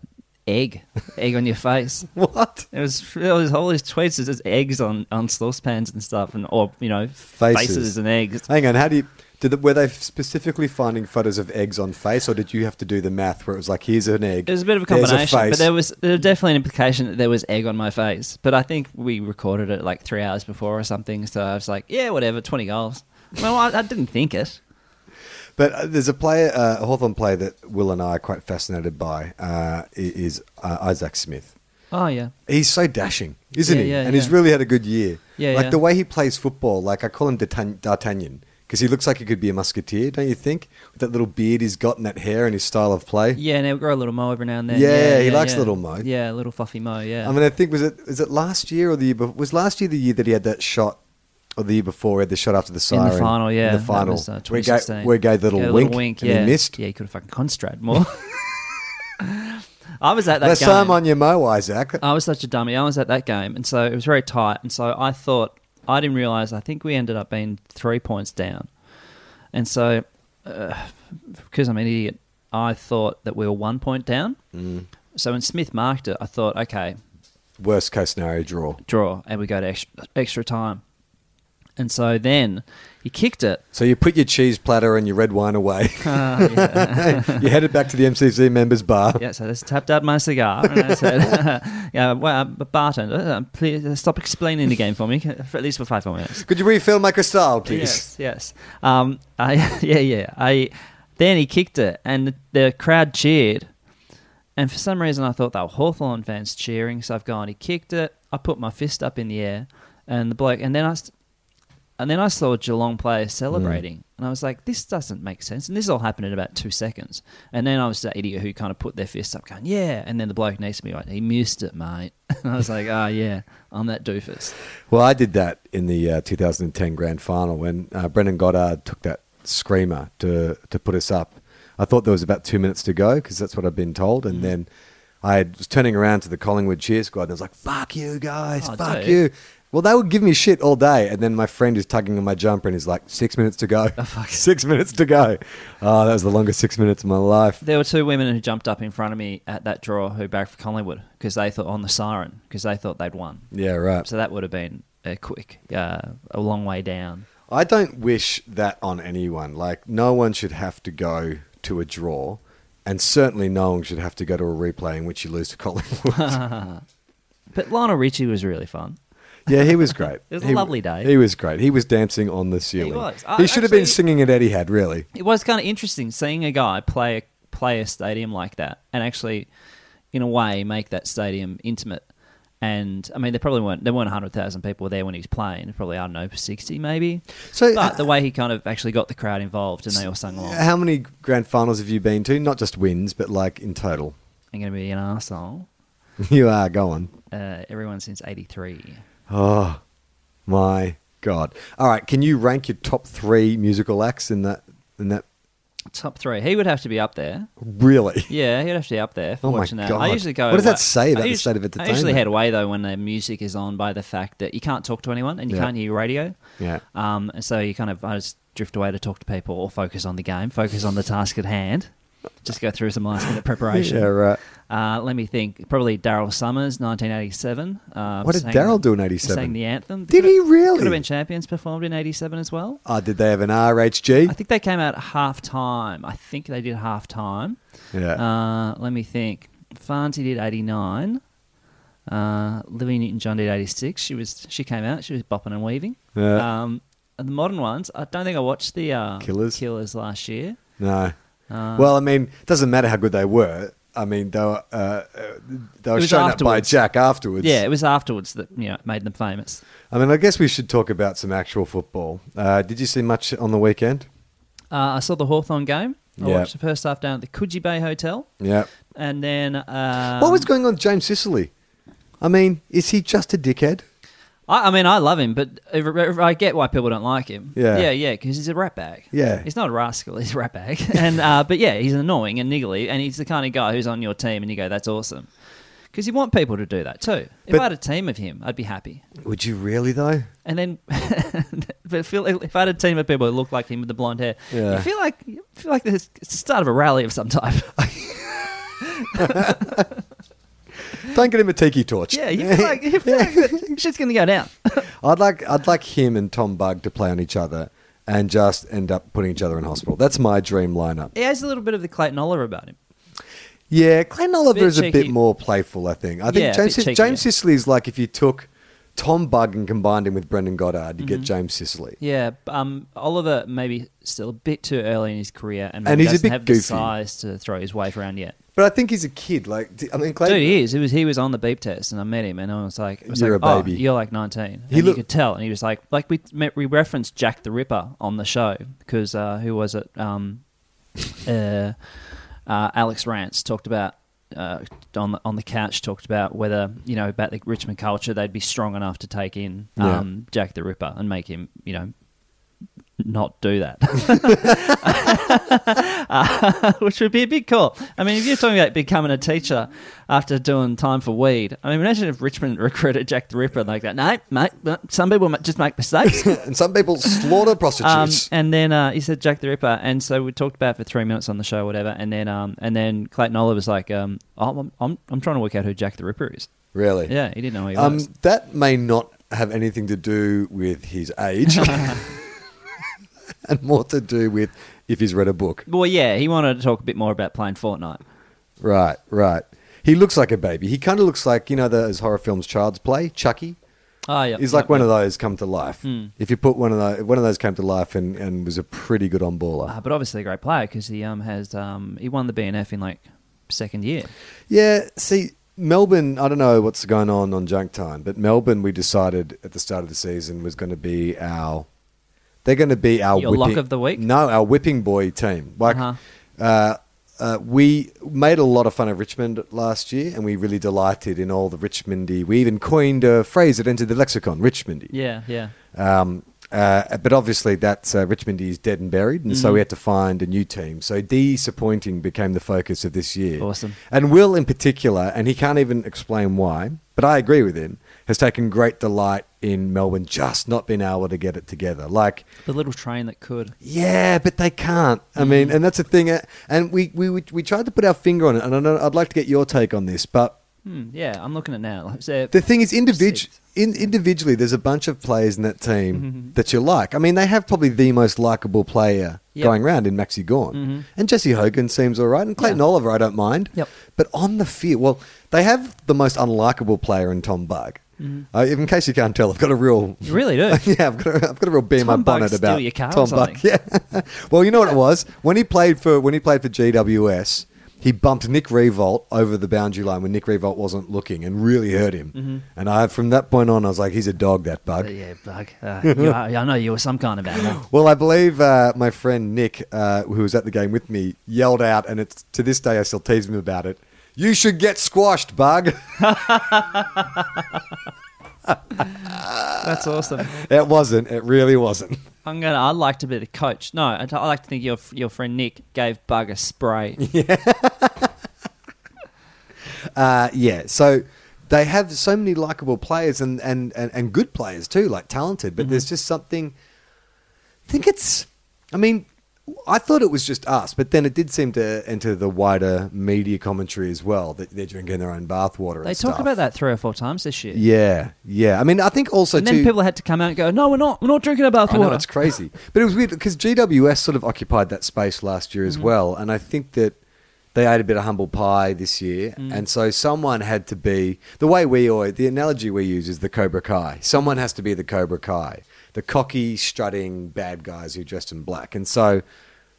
Speaker 4: egg, egg on your face.
Speaker 3: What?
Speaker 4: It was, it was all these tweets. It's just eggs on on saucepans and stuff, and or you know faces,
Speaker 3: Faces.
Speaker 4: and eggs.
Speaker 3: Hang on. How do you? Did the, were they specifically finding photos of eggs on face, or did you have to do the math where it was like, here's an egg,
Speaker 4: It was a bit of a
Speaker 3: there's
Speaker 4: combination, but
Speaker 3: face.
Speaker 4: there was, there was definitely an implication that there was egg on my face. But I think we recorded it like three hours before or something, so I was like, yeah, whatever, 20 goals. Well, I, I didn't think it.
Speaker 3: But uh, there's a player, uh, a Hawthorn player that Will and I are quite fascinated by uh, i- is uh, Isaac Smith.
Speaker 4: Oh, yeah.
Speaker 3: He's so dashing, isn't
Speaker 4: Yeah,
Speaker 3: he?
Speaker 4: yeah,
Speaker 3: and he's
Speaker 4: yeah.
Speaker 3: really had a good year.
Speaker 4: Yeah,
Speaker 3: like
Speaker 4: yeah.
Speaker 3: the way he plays football, like I call him D'Artagn- D'Artagnan because he looks like he could be a musketeer, don't you think? With that little beard he's got and that hair and his style of play.
Speaker 4: Yeah, and they grow a little mo every now and then.
Speaker 3: Yeah, he likes a little mo.
Speaker 4: Yeah, a little fluffy mo, yeah.
Speaker 3: I mean, I think was it was it last year or the year before? Was last year the year that he had that shot, or the year before he had the shot after the
Speaker 4: in
Speaker 3: siren
Speaker 4: the final, yeah.
Speaker 3: in the
Speaker 4: that
Speaker 3: final,
Speaker 4: was, uh,
Speaker 3: where he gave,
Speaker 4: 2016.
Speaker 3: where he gave the little
Speaker 4: Gave a
Speaker 3: wink, and
Speaker 4: yeah.
Speaker 3: he missed.
Speaker 4: Yeah, he could have fucking concentrated more. I was at that Uh.
Speaker 3: That's
Speaker 4: game.
Speaker 3: time on your mo, Isaac.
Speaker 4: I was such a dummy. I was at that game, and so it was very tight. And so I thought I didn't realize. I think we ended up being three points down, and so because I'm an idiot, I thought that we were one point down. Mm. So when Smith marked it, I thought, okay,
Speaker 3: Worst case scenario draw.
Speaker 4: draw, and we go to extra, extra time. And so then he kicked it.
Speaker 3: So you put your cheese platter and your red wine away.
Speaker 4: Uh, yeah.
Speaker 3: you headed back to the MCC members bar.
Speaker 4: Yeah, so I just tapped out my cigar and I said, "Yeah, well, uh, bartender, uh, please uh, stop explaining the game for me, for at least for five more minutes."
Speaker 3: Could you refill my crystal, please?
Speaker 4: Yes, yes. Um, I, yeah, yeah. I then he kicked it, and the, the crowd cheered. And for some reason, I thought they were Hawthorn fans cheering, so I've gone. He kicked it. I put my fist up in the air, and the bloke, and then I, st- and then I saw a Geelong player celebrating, and I was like, "This doesn't make sense." And this all happened in about two seconds. And then I was that idiot who kind of put their fist up, going, "Yeah," and then the bloke next to me, like, "He missed it, mate," and I was like, "Oh yeah, I'm that doofus."
Speaker 3: Well, I did that in the uh, 2010 Grand Final when uh, Brendan Goddard took that screamer to to put us up. I thought there was about two minutes to go because that's what I'd been told,
Speaker 4: Mm.
Speaker 3: and then I had- was turning around to the Collingwood cheer squad and I was like, "Fuck you guys,
Speaker 4: Oh,
Speaker 3: fuck
Speaker 4: dude.
Speaker 3: you." Well, they would give me shit all day, and then my friend is tugging on my jumper and is like, six minutes to
Speaker 4: Oh,
Speaker 3: go. Six minutes to go. Oh, that was the longest six minutes of my life.
Speaker 4: There were two women who jumped up in front of me at that draw who backed for Collingwood because they thought on the siren because they thought they'd won.
Speaker 3: Yeah, right.
Speaker 4: So that would have been a quick, uh, a long way down.
Speaker 3: I don't wish that on anyone. Like, no one should have to go to a draw And certainly Nolan should have to go to a replay in which you lose to Collingwood.
Speaker 4: But Lionel Richie was really fun.
Speaker 3: yeah, he was great.
Speaker 4: It was a
Speaker 3: He-
Speaker 4: lovely day.
Speaker 3: He was great. He was dancing on the ceiling.
Speaker 4: was. I-
Speaker 3: He should have been
Speaker 4: actually-
Speaker 3: singing at Etihad, really.
Speaker 4: It was kind of interesting seeing a guy play a, play a stadium like that and actually, in a way, make that stadium intimate. And I mean, there probably weren't there weren't hundred thousand people there when he was playing. Probably I don't know sixty maybe.
Speaker 3: So,
Speaker 4: but
Speaker 3: uh,
Speaker 4: the way he kind of actually got the crowd involved and they all sung along.
Speaker 3: How many grand finals have you been to? Not just wins, but like in total.
Speaker 4: I'm going to be an arsehole.
Speaker 3: you are, go on.
Speaker 4: Uh, everyone since '83.
Speaker 3: Oh, my God. All right, can you rank your top three musical acts in that? In that
Speaker 4: Top three. He would have to be up there.
Speaker 3: really?
Speaker 4: Yeah, he'd have to be up there for
Speaker 3: Oh my
Speaker 4: watching that. I
Speaker 3: God.
Speaker 4: usually go.
Speaker 3: What does that
Speaker 4: away-
Speaker 3: say about
Speaker 4: I
Speaker 3: the
Speaker 4: usu-
Speaker 3: state of
Speaker 4: I usually
Speaker 3: entertainment?
Speaker 4: head away though when the music is on by the fact that you can't talk to anyone and you
Speaker 3: Yeah.
Speaker 4: can't hear radio.
Speaker 3: Yeah.
Speaker 4: Um, and so you kind of I just drift away to talk to people or focus on the game, focus on the task at hand. Just go through some last minute preparation.
Speaker 3: Yeah, right.
Speaker 4: Uh, let me think. Probably Daryl Summers, 1987. Uh,
Speaker 3: What did
Speaker 4: sang-
Speaker 3: Daryl do in 87?
Speaker 4: Sang the anthem.
Speaker 3: Did he really?
Speaker 4: Could have been champions performed in 87 as well.
Speaker 3: Oh, did they have an RHG?
Speaker 4: I think they came out at half time. I think they did half time.
Speaker 3: yeah.
Speaker 4: Uh, let me think. Farnsey did 89. Uh, Livy Newton John did 86. She was she came out. She was bopping and weaving.
Speaker 3: Yeah.
Speaker 4: Um, and the modern ones, I don't think I watched the uh,
Speaker 3: Killers?
Speaker 4: Killers last year.
Speaker 3: no.
Speaker 4: uh,
Speaker 3: well, I mean, it doesn't matter how good they were. I mean, they were, uh, uh, they were
Speaker 4: was
Speaker 3: shown up by
Speaker 4: afterwards.
Speaker 3: Jack afterwards.
Speaker 4: Yeah, it was afterwards that you know made them famous.
Speaker 3: I mean, I guess we should talk about some actual football. Uh, did you see much on the weekend?
Speaker 4: Uh, I saw the Hawthorn game. I
Speaker 3: Yeah.
Speaker 4: watched the first half down at the Coogee Bay Hotel,
Speaker 3: Yeah.
Speaker 4: and then uh,
Speaker 3: what was going on with James Sicily? I mean, is he just a dickhead?
Speaker 4: I, I mean, I love him, but I- I I get why people don't like him.
Speaker 3: Yeah.
Speaker 4: yeah, yeah, because he's a ratbag.
Speaker 3: Yeah.
Speaker 4: he's not a rascal; he's a ratbag. and uh, but yeah, he's annoying and niggly, and he's the kind of guy who's on your team, and you go, "That's awesome," because you want people to do that too. If
Speaker 3: But-
Speaker 4: I had a team of him, I'd be happy.
Speaker 3: Would you really though?
Speaker 4: And then, but feel, if I had a team of people who looked like him with the blonde hair,
Speaker 3: Yeah.
Speaker 4: you feel like you feel like this, it's the start of a rally of some type.
Speaker 3: Don't get him a tiki torch.
Speaker 4: yeah, you feel like you feel like that shit's gonna go down.
Speaker 3: I'd like I'd like him and Tom Bug to play on each other and just end up putting each other in hospital. That's my dream lineup.
Speaker 4: he has a little bit of the Clayton Oliver about him.
Speaker 3: Yeah, Glenn Oliver
Speaker 4: Bit
Speaker 3: is a bit
Speaker 4: cheeky.
Speaker 3: more playful. I think. I think
Speaker 4: Yeah, a
Speaker 3: James
Speaker 4: bit cheeky,
Speaker 3: James
Speaker 4: yeah.
Speaker 3: Sicily is like if you took Tom Bug and combined him with Brendan Goddard, you
Speaker 4: Mm-hmm.
Speaker 3: get James Sicily.
Speaker 4: Yeah, b- um, Oliver maybe still a bit too early in his career, and,
Speaker 3: And
Speaker 4: maybe
Speaker 3: he's a
Speaker 4: doesn't
Speaker 3: bit
Speaker 4: have
Speaker 3: goofy.
Speaker 4: the size to throw his weight around yet.
Speaker 3: But I think he's a kid. Like d- I mean, Glenn,
Speaker 4: Dude, he is. It was he was on the beep test, and I met him, and I was like, I was
Speaker 3: You're
Speaker 4: like,
Speaker 3: a
Speaker 4: "Oh,
Speaker 3: baby."
Speaker 4: you're like 19.
Speaker 3: He
Speaker 4: and
Speaker 3: look-
Speaker 4: you could tell, and he was like, like we met, we referenced Jack the Ripper on the show because uh, who was it? Um, uh, uh, Alex Rance talked about. Uh, on the, on the couch talked about whether you know about the Richmond culture they'd be strong enough to take in
Speaker 3: Yeah.
Speaker 4: um, Jack the Ripper and make him you know not do that Uh, which would be a big call. I mean, if you're talking about becoming a teacher after doing time for weed, I mean, imagine if Richmond recruited Jack the Ripper like that. No, mate, no, some people ma- just make mistakes.
Speaker 3: and some people slaughter
Speaker 4: Um,
Speaker 3: prostitutes.
Speaker 4: and then uh, he said Jack the Ripper, and so we talked about it for three minutes on the show, whatever. And then, um, and then Clayton Oliver was like, um, I'm, I'm, I'm trying to work out who Jack the Ripper is.
Speaker 3: really?
Speaker 4: Yeah, he didn't know who he
Speaker 3: Um,
Speaker 4: was.
Speaker 3: that may not have anything to do with his age, and more to do with if he's read a book.
Speaker 4: Well, yeah, he wanted to talk a bit more about playing Fortnite.
Speaker 3: Right, right. He looks like a baby. He kind of looks like you know those horror films, Child's Play, Chucky.
Speaker 4: Oh, yeah, Hmm.
Speaker 3: He's like one of those come to life. If you put one of those, one of those came to life and, and was a pretty good on baller.
Speaker 4: Uh, but obviously a great player because he um has um he won the BNF in like second year.
Speaker 3: Yeah, see, Melbourne, I don't know what's going on on junk time, but Melbourne, we decided at the start of the season was going to be our. They're going to be our
Speaker 4: Your lock of the week?
Speaker 3: No, our whipping boy team. Like, uh
Speaker 4: Uh-huh.
Speaker 3: uh, we made a lot of fun of Richmond last year, and we really delighted in all the Richmondy. We even coined a phrase that entered the lexicon, Richmondy.
Speaker 4: Yeah, yeah.
Speaker 3: Um, uh, but obviously, that's uh, Richmond is dead and buried, and so we had to find a new team. So disappointing became the focus of this year.
Speaker 4: Awesome.
Speaker 3: And Will, in particular, and he can't even explain why, but I agree with him. Has taken great delight in Melbourne, just not being able to get it together. Like,
Speaker 4: The little train that could.
Speaker 3: yeah, but they can't. I mean, and that's the thing. uh, And we we we we tried to put our finger on it, and I know, I'd like to get your take on this, but
Speaker 4: Hmm, yeah, I'm looking at now. Is there-
Speaker 3: the thing is, individ-
Speaker 4: Six.
Speaker 3: in,
Speaker 4: Mm-hmm.
Speaker 3: individually, there's a bunch of players in that team that you like. I mean, they have probably the most likable player
Speaker 4: Yep. Mm-hmm.
Speaker 3: going round in Maxi Gorn. And Jesse Hogan seems all right. And Clayton
Speaker 4: Yeah.
Speaker 3: Oliver, I don't mind.
Speaker 4: Yep.
Speaker 3: But on the field, well, they have the most unlikable player in Tom Bug. Uh, in case you can't tell, I've got a real
Speaker 4: Mm-hmm. You really do.
Speaker 3: yeah, I've got a, I've got a real beam
Speaker 4: Tom
Speaker 3: up
Speaker 4: Bug
Speaker 3: bonnet
Speaker 4: steal
Speaker 3: about
Speaker 4: your car or
Speaker 3: Tom
Speaker 4: something.
Speaker 3: Buck. Yeah. well, you know what it was when he played for when he played for GWS. He bumped Nick Revolt over the boundary line when Nick Revolt wasn't looking, and really hurt him. And I, from that point on, I was like, "He's a dog, that bug."
Speaker 4: But yeah, bug. Uh, you are, I know you were some kind of animal.
Speaker 3: Well, I believe uh, my friend Nick, uh, who was at the game with me, yelled out, and it's to this day I still tease him about it. You should get squashed, bug.
Speaker 4: That's awesome.
Speaker 3: it wasn't. It really wasn't.
Speaker 4: I'm gonna. I'd like to be the coach. No, I'd, i like to think your your friend Nick gave Bug a spray.
Speaker 3: Uh, yeah, so they have so many likable players and, and, and, and good players too, like talented, but
Speaker 4: Mm-hmm.
Speaker 3: there's just something. I think it's. I mean, I thought it was just us, but then it did seem to enter the wider media commentary as well that they're drinking their own bathwater.
Speaker 4: They
Speaker 3: and
Speaker 4: talk
Speaker 3: stuff.
Speaker 4: about that three or four times this year.
Speaker 3: Yeah, yeah. I mean, I think also
Speaker 4: And
Speaker 3: too.
Speaker 4: then people had to come out and go, "No, we're not. We're not drinking our
Speaker 3: I
Speaker 4: bathwater."
Speaker 3: know it's crazy, but it was weird because GWS sort of occupied that space last year
Speaker 4: Mm-hmm.
Speaker 3: as well, and I think that they ate a bit of humble pie this year,
Speaker 4: Mm.
Speaker 3: and so someone had to be the way we or the analogy we use is the Cobra Kai. Someone has to be the Cobra Kai, the cocky, strutting bad guys who are dressed in black, and so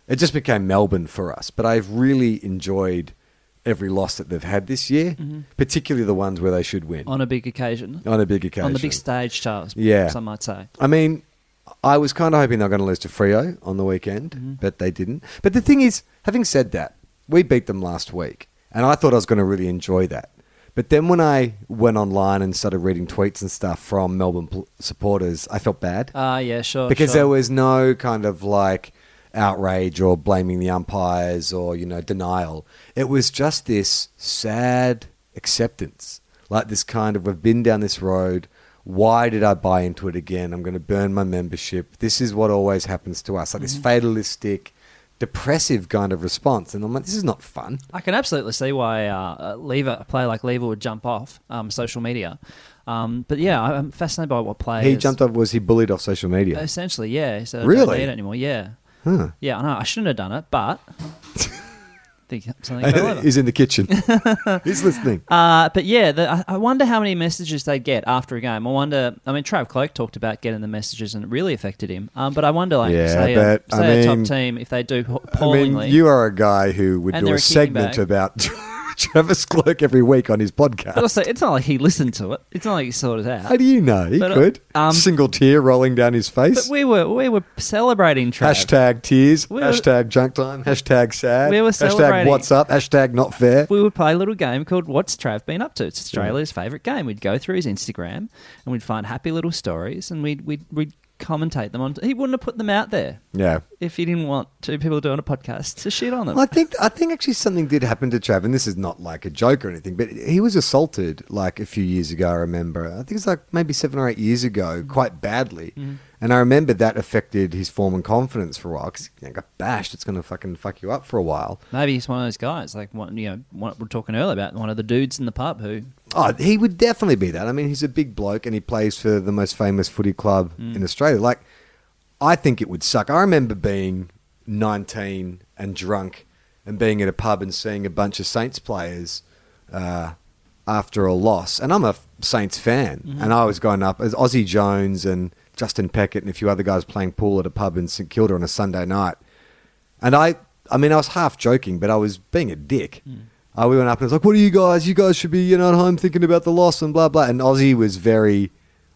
Speaker 3: it just became Melbourne for us. But I've really enjoyed every loss that they've had this year, particularly the ones where they should win
Speaker 4: Mm-hmm. on a big occasion.
Speaker 3: on a big occasion,
Speaker 4: On the big stage, Charles.
Speaker 3: Yeah.
Speaker 4: some might say.
Speaker 3: I mean, I was kind of hoping they were going to lose to Frio on the weekend, but they didn't. But the thing is, having said that, we beat them last week, and I thought I was going to really enjoy that. But then when I went online and started reading tweets and stuff from Melbourne pl- supporters, I felt bad
Speaker 4: Ah, yeah, sure.
Speaker 3: because
Speaker 4: sure.
Speaker 3: there was no kind of like outrage or blaming the umpires or you know denial it was just this sad acceptance like this kind of we've been down this road why did i buy into it again i'm going to burn my membership this is what always happens to us like this fatalistic depressive kind of response and i'm like this is not fun
Speaker 4: I can absolutely see why uh, a Lever, a player like Lever, would jump off um, social media. Um, but yeah, I- I'm fascinated by what players
Speaker 3: he jumped off was he bullied off social media
Speaker 4: Essentially, yeah. So I don't
Speaker 3: Really?
Speaker 4: need it anymore. Yeah,
Speaker 3: huh.
Speaker 4: yeah. I know. I shouldn't have done it, but I think something fell over.
Speaker 3: he's in the kitchen he's listening
Speaker 4: Uh, but yeah, the, I- I wonder how many messages they get after a game. I wonder. I mean, Trav Cloak talked about getting the messages, and it really affected him. Um, but I wonder, like,
Speaker 3: Yeah,
Speaker 4: say,
Speaker 3: but,
Speaker 4: a,
Speaker 3: I
Speaker 4: say a
Speaker 3: mean-
Speaker 4: top team if they do ho-
Speaker 3: I
Speaker 4: appallingly.
Speaker 3: mean, you are a guy who would
Speaker 4: And
Speaker 3: do
Speaker 4: they're
Speaker 3: a,
Speaker 4: a kicking
Speaker 3: segment
Speaker 4: back.
Speaker 3: about Travis Clerk every week on his
Speaker 4: but uh,
Speaker 3: podcast.
Speaker 4: also, it's not like he listened to it. It's not like he sorted it
Speaker 3: How
Speaker 4: out.
Speaker 3: do you know? He
Speaker 4: But, uh,
Speaker 3: could.
Speaker 4: um,
Speaker 3: Single tear rolling down his
Speaker 4: But
Speaker 3: face.
Speaker 4: we were we were celebrating Trav.
Speaker 3: hashtag tears.
Speaker 4: We were-
Speaker 3: hashtag junk time. Hashtag sad.
Speaker 4: We were
Speaker 3: hashtag
Speaker 4: celebrating.
Speaker 3: what's up. Hashtag not fair.
Speaker 4: we would play a little game called What's Trav Been Up To? It's Australia's favourite game. We'd go through his Instagram and we'd find happy little stories and we'd, we'd, we'd commentate them on. He wouldn't have put them out there
Speaker 3: Yeah.
Speaker 4: if he didn't want two people doing a podcast to shit on them.
Speaker 3: Well, I think I think actually something did happen to Trav, and this is not like a joke or anything, but he was assaulted like a few years ago. I remember, I think it's like maybe seven or eight years ago, quite badly, and I remember that affected his form and confidence for a while because you know, got bashed. It's going to fucking fuck you up for a while.
Speaker 4: Maybe he's one of those guys, like one, you know, what we we're talking earlier about, one of the dudes in the pub who.
Speaker 3: Oh, he would definitely be that. I mean, he's a big bloke and he plays for the most famous footy club in Australia. Like, I think it would suck. I remember being 19 and drunk and being at a pub and seeing a bunch of Saints players uh, after a loss. And I'm a Saints fan.
Speaker 4: Mm-hmm.
Speaker 3: And I was going up as Aussie Jones and Justin Peckett and a few other guys playing pool at a pub in St Kilda on a Sunday night. And I, I mean, I was half joking, but I was being a dick.
Speaker 4: Mm.
Speaker 3: Uh, we went up and I was like, "What are you guys? You guys should be, you know, at home thinking about the loss and blah blah." And Aussie was very,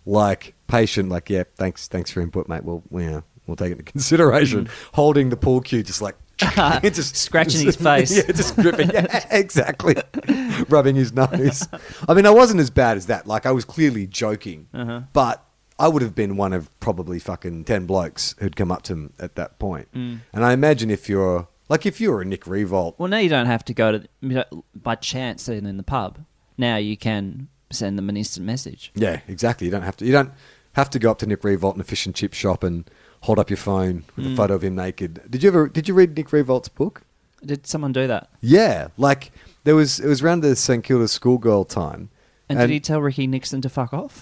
Speaker 3: like, patient. Like, yeah, thanks, thanks for input, mate. We'll, you know, we'll take it into consideration. Holding the pool cue, just like. just
Speaker 4: Mm. Scratching his face.
Speaker 3: yeah, just gripping. Yeah, exactly, rubbing his nose. I mean, I wasn't as bad as that. Like, I was clearly joking, but I would have been one of probably fucking 10 blokes who'd come up to him at that point. And I imagine if you're, like, if you were a Nick Revolt,
Speaker 4: Well, now you don't have to go to. You know, by chance, sitting in the pub. Now you can send them an instant message.
Speaker 3: yeah, exactly. You don't have to, you don't have to go up to Nick Revolt in a fish and chip shop and hold up your phone with a photo of him naked. Did you ever, did you read Nick Revolt's book?
Speaker 4: Did someone do that?
Speaker 3: Yeah. Like, there was, it was around the St Kilda schoolgirl time.
Speaker 4: And, did he tell Ricky Nixon to fuck off?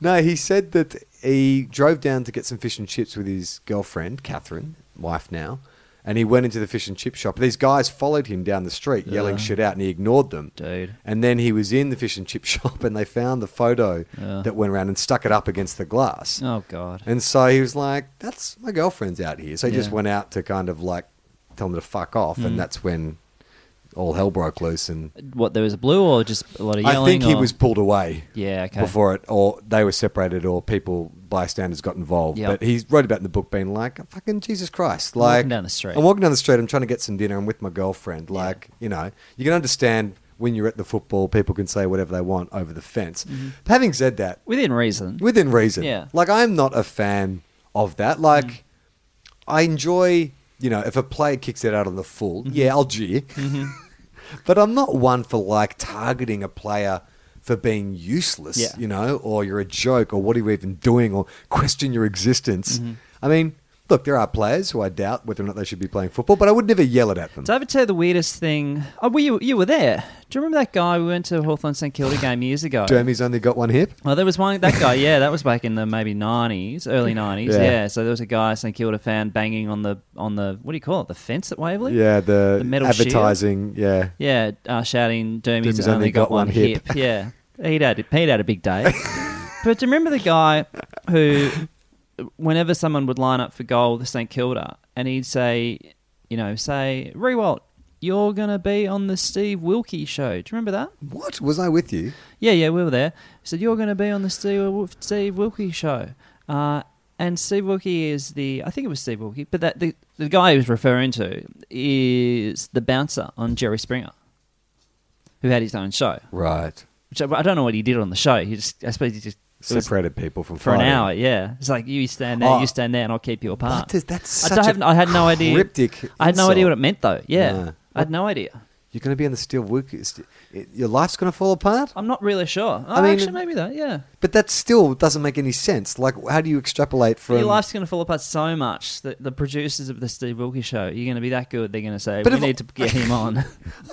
Speaker 3: No, he said that he drove down to get some fish and chips with his girlfriend, Catherine, wife now, and he went into the fish and chip shop. These guys followed him down the street, yelling shit out, and he ignored them.
Speaker 4: Dude.
Speaker 3: And then he was in the fish and chip shop, and they found the photo
Speaker 4: Yeah.
Speaker 3: that went around and stuck it up against the glass.
Speaker 4: Oh God.
Speaker 3: And so he was like, "That's my girlfriend's out here." So he just
Speaker 4: Yeah. Mm.
Speaker 3: went out to kind of like tell them to fuck off, and that's when all hell broke loose. And
Speaker 4: What there was a blue or just a lot of yelling?
Speaker 3: I think he
Speaker 4: or-
Speaker 3: was pulled away
Speaker 4: Yeah. Okay.
Speaker 3: before it, or they were separated, or people bystanders got involved.
Speaker 4: Yep.
Speaker 3: But he wrote about it in the book being like, "Fucking Jesus Christ!"
Speaker 4: walking
Speaker 3: Like
Speaker 4: down the street.
Speaker 3: I'm walking down the street. I'm trying to get some dinner. I'm with my girlfriend. Like you know, you can understand when you're at the football, people can say whatever they want over the fence.
Speaker 4: Mm-hmm.
Speaker 3: But having said that,
Speaker 4: Within reason.
Speaker 3: within reason.
Speaker 4: Yeah. Mm-hmm.
Speaker 3: Like I'm not a fan of that. Like I enjoy, you know, if a player kicks it out on the full,
Speaker 4: Mm-hmm.
Speaker 3: yeah, I'll jeer. but I'm not one for like targeting a player for being useless,
Speaker 4: Yeah.
Speaker 3: you know, or you're a joke, or what are you even doing, or question your existence.
Speaker 4: Mm-hmm.
Speaker 3: I mean, look, there are players who I doubt whether or not they should be playing football, but I would never yell it at them.
Speaker 4: Did I ever tell you the weirdest thing? Oh, well, you, you were there. Do you remember that guy we went to Hawthorn St Kilda game years ago?
Speaker 3: Jeremy's only got one hip.
Speaker 4: Well, there was one that guy. Yeah, that was back in the maybe nineties, early nineties.
Speaker 3: Yeah.
Speaker 4: Yeah. So there was a guy St Kilda fan banging on the on the what do you call it? The fence at Waverley.
Speaker 3: Yeah, the,
Speaker 4: The metal shield?
Speaker 3: advertising. Yeah.
Speaker 4: Yeah, uh, shouting, Dermy's
Speaker 3: Dermy's
Speaker 4: only, got, one, hip. Yeah, he'd had, he'd had a big day. but do you remember the guy who, whenever someone would line up for goal with St Kilda, and he'd say, you know, say, Rewalt, you're going to be on the Steve Wilkie show. Do you remember that?
Speaker 3: What? Was I with you?
Speaker 4: Yeah, yeah, we were there. He said, You're going to be on the Steve, Steve Wilkie show. Uh, and Steve Wilkie is the, I think it was Steve Wilkie, but that the, the guy he was referring to is the bouncer on Jerry Springer, who had his own show.
Speaker 3: Right.
Speaker 4: Which I, I don't know what he did on the show. He just, I suppose he just, it was
Speaker 3: separated people from
Speaker 4: for an
Speaker 3: fighting.
Speaker 4: hour, yeah. It's like, You stand there,
Speaker 3: Oh.
Speaker 4: you stand there, and I'll keep you apart.
Speaker 3: What is that's
Speaker 4: I,
Speaker 3: such
Speaker 4: haven't-
Speaker 3: a
Speaker 4: I had no idea.
Speaker 3: cryptic
Speaker 4: I had no idea what it
Speaker 3: insult.
Speaker 4: meant, though. Yeah.
Speaker 3: No.
Speaker 4: I had no idea.
Speaker 3: You're going to be on the steel work. is- it- Your life's going to fall apart.
Speaker 4: I'm not really sure. Oh,
Speaker 3: I mean-
Speaker 4: actually, maybe though, yeah.
Speaker 3: But that still doesn't make any sense. Like, how do you extrapolate from?
Speaker 4: Your life's going to fall apart so much that the producers of the Steve Wilkie show, you're going to be that good, they're going to say,
Speaker 3: But
Speaker 4: we
Speaker 3: if-
Speaker 4: need to get him on.
Speaker 3: mean-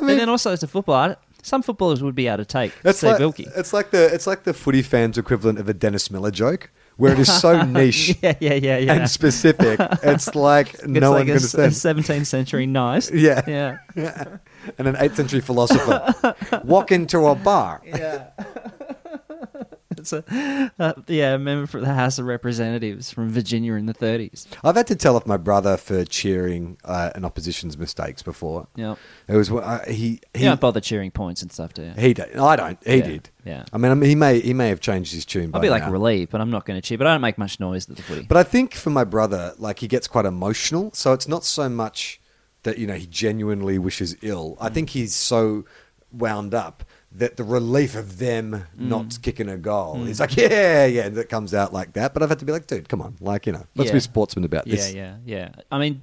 Speaker 4: and then also, as a footballer, some footballers would be able to take
Speaker 3: That's
Speaker 4: Steve
Speaker 3: like,
Speaker 4: Wilkie.
Speaker 3: It's like the it's like the footy fans equivalent of a Dennis Miller joke, where it is so niche
Speaker 4: Yeah, yeah, yeah, yeah.
Speaker 3: and specific. It's like
Speaker 4: it's
Speaker 3: no
Speaker 4: like
Speaker 3: one
Speaker 4: a, s- a
Speaker 3: understands.
Speaker 4: 17th century nice.
Speaker 3: Yeah.
Speaker 4: Yeah.
Speaker 3: and an eighth century philosopher walk into a bar.
Speaker 4: Yeah. it's a, uh, yeah, I remember from the House of Representatives from Virginia in the 30s.
Speaker 3: I've had to tell off my brother for cheering uh, an opposition's mistakes before.
Speaker 4: Yep.
Speaker 3: It was uh, he. he
Speaker 4: you don't bother cheering points and stuff, do you?
Speaker 3: He did. I don't. He
Speaker 4: Yeah,
Speaker 3: did.
Speaker 4: yeah.
Speaker 3: I mean, I mean, he may he may have changed his tune.
Speaker 4: I'll
Speaker 3: by
Speaker 4: be like
Speaker 3: now.
Speaker 4: relieved, but I'm not going to cheer. But I don't make much noise at the footy.
Speaker 3: But I think for my brother, like he gets quite emotional, so it's not so much that you know he genuinely wishes ill. I
Speaker 4: Mm.
Speaker 3: think he's so wound up that the relief of them
Speaker 4: Mm.
Speaker 3: not kicking a goal is like yeah yeah and that comes out like that. But I've had to be like, dude, come on, like you know, let's
Speaker 4: Yeah.
Speaker 3: be sportsmen about
Speaker 4: Yeah,
Speaker 3: this.
Speaker 4: yeah, yeah. I mean,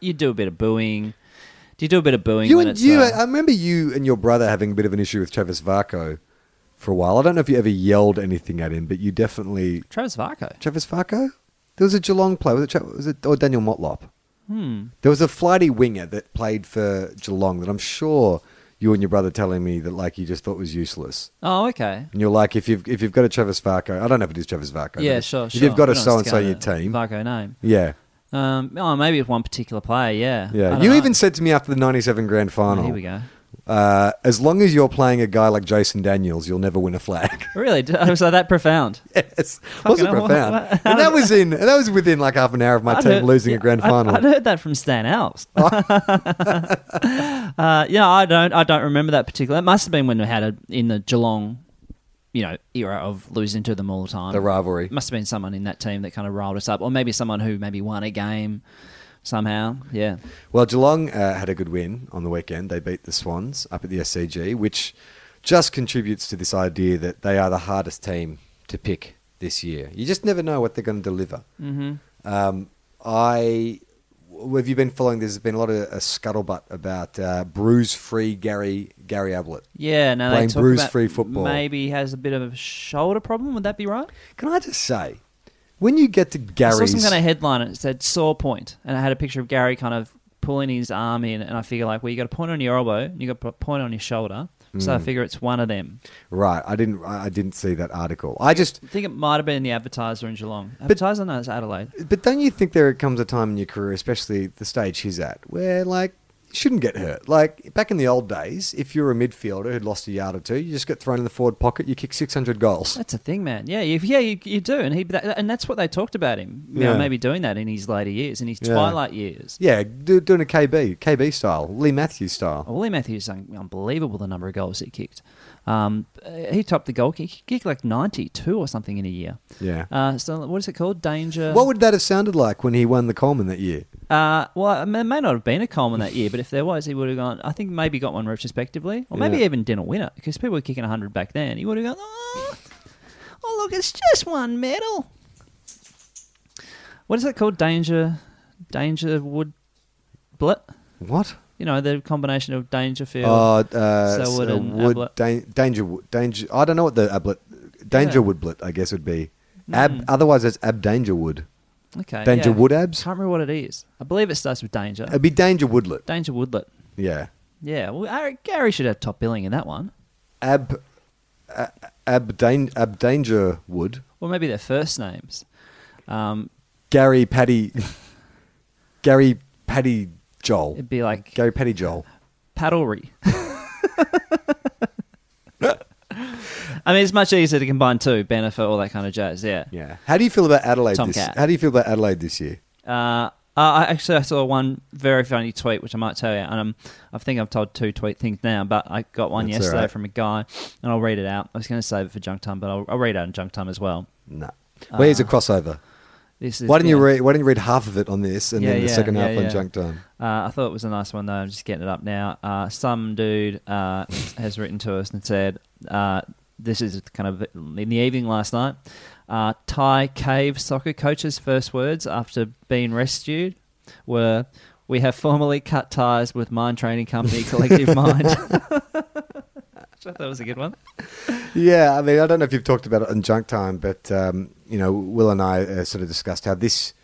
Speaker 4: you do a bit of booing. Do you do a bit of booing
Speaker 3: You
Speaker 4: when
Speaker 3: and
Speaker 4: it's
Speaker 3: you,
Speaker 4: uh,
Speaker 3: I remember you and your brother having a bit of an issue with Travis Varco for a while. I don't know if you ever yelled anything at him, but you definitely
Speaker 4: Travis Varco?
Speaker 3: Travis Farco? There was a Geelong player. Was it, Tra- was it or Daniel Motlop? Hmm. There was a flighty winger that played for Geelong that I'm sure you and your brother telling me that like you just thought was useless.
Speaker 4: Oh, okay.
Speaker 3: And you're like, if you've if you've got a Travis Farco, I don't know if it is Travis Varco.
Speaker 4: Yeah,
Speaker 3: but
Speaker 4: sure,
Speaker 3: If
Speaker 4: sure.
Speaker 3: you've got
Speaker 4: We
Speaker 3: a
Speaker 4: don't
Speaker 3: so and so in your
Speaker 4: have to go to
Speaker 3: team,
Speaker 4: Varco name.
Speaker 3: yeah,
Speaker 4: Um, oh, maybe it's one particular player. Yeah, I
Speaker 3: yeah.
Speaker 4: don't
Speaker 3: You
Speaker 4: know.
Speaker 3: even said to me after the '97 Grand
Speaker 4: Oh,
Speaker 3: Final,
Speaker 4: Here we go.
Speaker 3: Uh, as long as you're playing a guy like Jason Daniels, you'll never win a flag.
Speaker 4: Really? D- Was that that profound?
Speaker 3: yes, wasn't
Speaker 4: hell, what-
Speaker 3: profound.
Speaker 4: what-
Speaker 3: and that was in that was within like half an hour of my
Speaker 4: I'd
Speaker 3: team
Speaker 4: heard-
Speaker 3: losing
Speaker 4: yeah,
Speaker 3: a grand
Speaker 4: I'd-
Speaker 3: final.
Speaker 4: I'd, heard that from Stan Alves. uh, yeah, I don't. I don't remember that particular. It must have been when we had a in the Geelong, you know, era of losing to them all the time.
Speaker 3: the rivalry.
Speaker 4: Must have been someone in that team that kind of riled us up, or maybe someone who maybe won a game somehow. Yeah.
Speaker 3: Well, Geelong uh, had a good win on the weekend. They beat the Swans up at the SCG, which just contributes to this idea that they are the hardest team to pick this year. You just never know what they're going to deliver. Mm-hmm. Um, I w- have you been following? There's been a lot of uh, scuttlebutt about uh, bruise-free Gary Gary Ablett.
Speaker 4: Yeah, now
Speaker 3: Playing
Speaker 4: they talk about
Speaker 3: bruise-free football.
Speaker 4: Maybe he has a bit of a shoulder problem. Would that be right?
Speaker 3: Can I just say, when you get to
Speaker 4: I saw
Speaker 3: Gary's,
Speaker 4: some kind of headline and it said sore point, and it had a picture of Gary kind of pulling his arm in, and I figure like, well, you got a point on your elbow, and you got a point on your shoulder. So I
Speaker 3: Mm.
Speaker 4: figure it's one of them.
Speaker 3: Right. I didn't. I I didn't see that article. I just.
Speaker 4: I think it might have been the advertiser in Geelong. Advertiser knows Adelaide.
Speaker 3: But don't you think there comes a time in your career, especially the stage he's at, where like you shouldn't get hurt? Like back in the old days, if you were a midfielder who'd lost a yard or two, you just got thrown in the forward pocket. You kick six hundred goals.
Speaker 4: That's a thing, man. Yeah, you, yeah, you, you do, and he that, and that's what they talked about him. You know,
Speaker 3: Yeah.
Speaker 4: maybe doing that in his later years, in his
Speaker 3: Yeah.
Speaker 4: twilight years.
Speaker 3: Yeah, do, doing a KB, KB style, Lee Matthews style.
Speaker 4: Willie Matthews, un- unbelievable the number of goals he kicked. Um, uh, he topped the goal kick. He kicked like ninety two or something in a year.
Speaker 3: Yeah.
Speaker 4: Uh, so what is it called? Danger.
Speaker 3: what would that have sounded like when he won the Coleman that year?
Speaker 4: Uh, well, it may may not have been a Coleman that year, but if there was, he would have gone. I think maybe got one retrospectively, or maybe
Speaker 3: Yeah.
Speaker 4: even didn't win it because people were kicking hundred back then. He would have gone. Oh, oh, look, it's just one medal. What is that called? Danger, danger wood, blit.
Speaker 3: What?
Speaker 4: You know the combination of Dangerfield.
Speaker 3: Oh, uh,
Speaker 4: Selwood
Speaker 3: uh,
Speaker 4: and
Speaker 3: wood,
Speaker 4: Ablett.
Speaker 3: dan- danger, Wood- danger. I don't know what the ablet, danger
Speaker 4: Yeah.
Speaker 3: wood blit, I guess would be. Ab, Otherwise, it's ab danger wood.
Speaker 4: okay,
Speaker 3: Danger
Speaker 4: yeah.
Speaker 3: wood abs.
Speaker 4: Can't remember what it is. I believe it starts with danger.
Speaker 3: It'd be danger woodlet.
Speaker 4: danger woodlet.
Speaker 3: Yeah.
Speaker 4: Yeah, well, Ari- Gary should have top billing in that one.
Speaker 3: Ab, ab, dan- ab danger wood.
Speaker 4: Or maybe their first names. Um,
Speaker 3: Gary Paddy. Gary Paddy Joel.
Speaker 4: it'd be like
Speaker 3: Gary Paddy Joel.
Speaker 4: paddlery. I mean, it's much easier to combine two, benefit, all that kind of jazz. Yeah.
Speaker 3: Yeah. How do you feel about Adelaide? This,
Speaker 4: Tomcat.
Speaker 3: how do you feel about Adelaide this year?
Speaker 4: Uh, I I actually I saw one very funny tweet, which I might tell you, and um, I think I've told two tweet things now, but I got one
Speaker 3: That's all
Speaker 4: yesterday
Speaker 3: right.
Speaker 4: from a guy, and I'll read it out. I was going to save it for junk time, but I'll, I'll read it out in junk time as well.
Speaker 3: No. Where's a crossover?
Speaker 4: Uh, This is
Speaker 3: Why didn't you
Speaker 4: yeah.
Speaker 3: read? Why didn't you read half of it on this and
Speaker 4: Yeah,
Speaker 3: then the
Speaker 4: yeah,
Speaker 3: second
Speaker 4: yeah,
Speaker 3: half on
Speaker 4: yeah.
Speaker 3: junk time?
Speaker 4: Uh, I thought it was a nice one though. I'm just getting it up now. Uh, some dude uh, has written to us and said, uh, "This is kind of in the evening last night." Uh, Thai cave soccer coach's first words after being rescued were, "We have formally cut ties with Mind Training Company Collective Mind." Which I thought was a good one.
Speaker 3: Yeah, I mean, I don't know if you've talked about it on junk time, but um, you know, Will and I uh, sort of discussed how this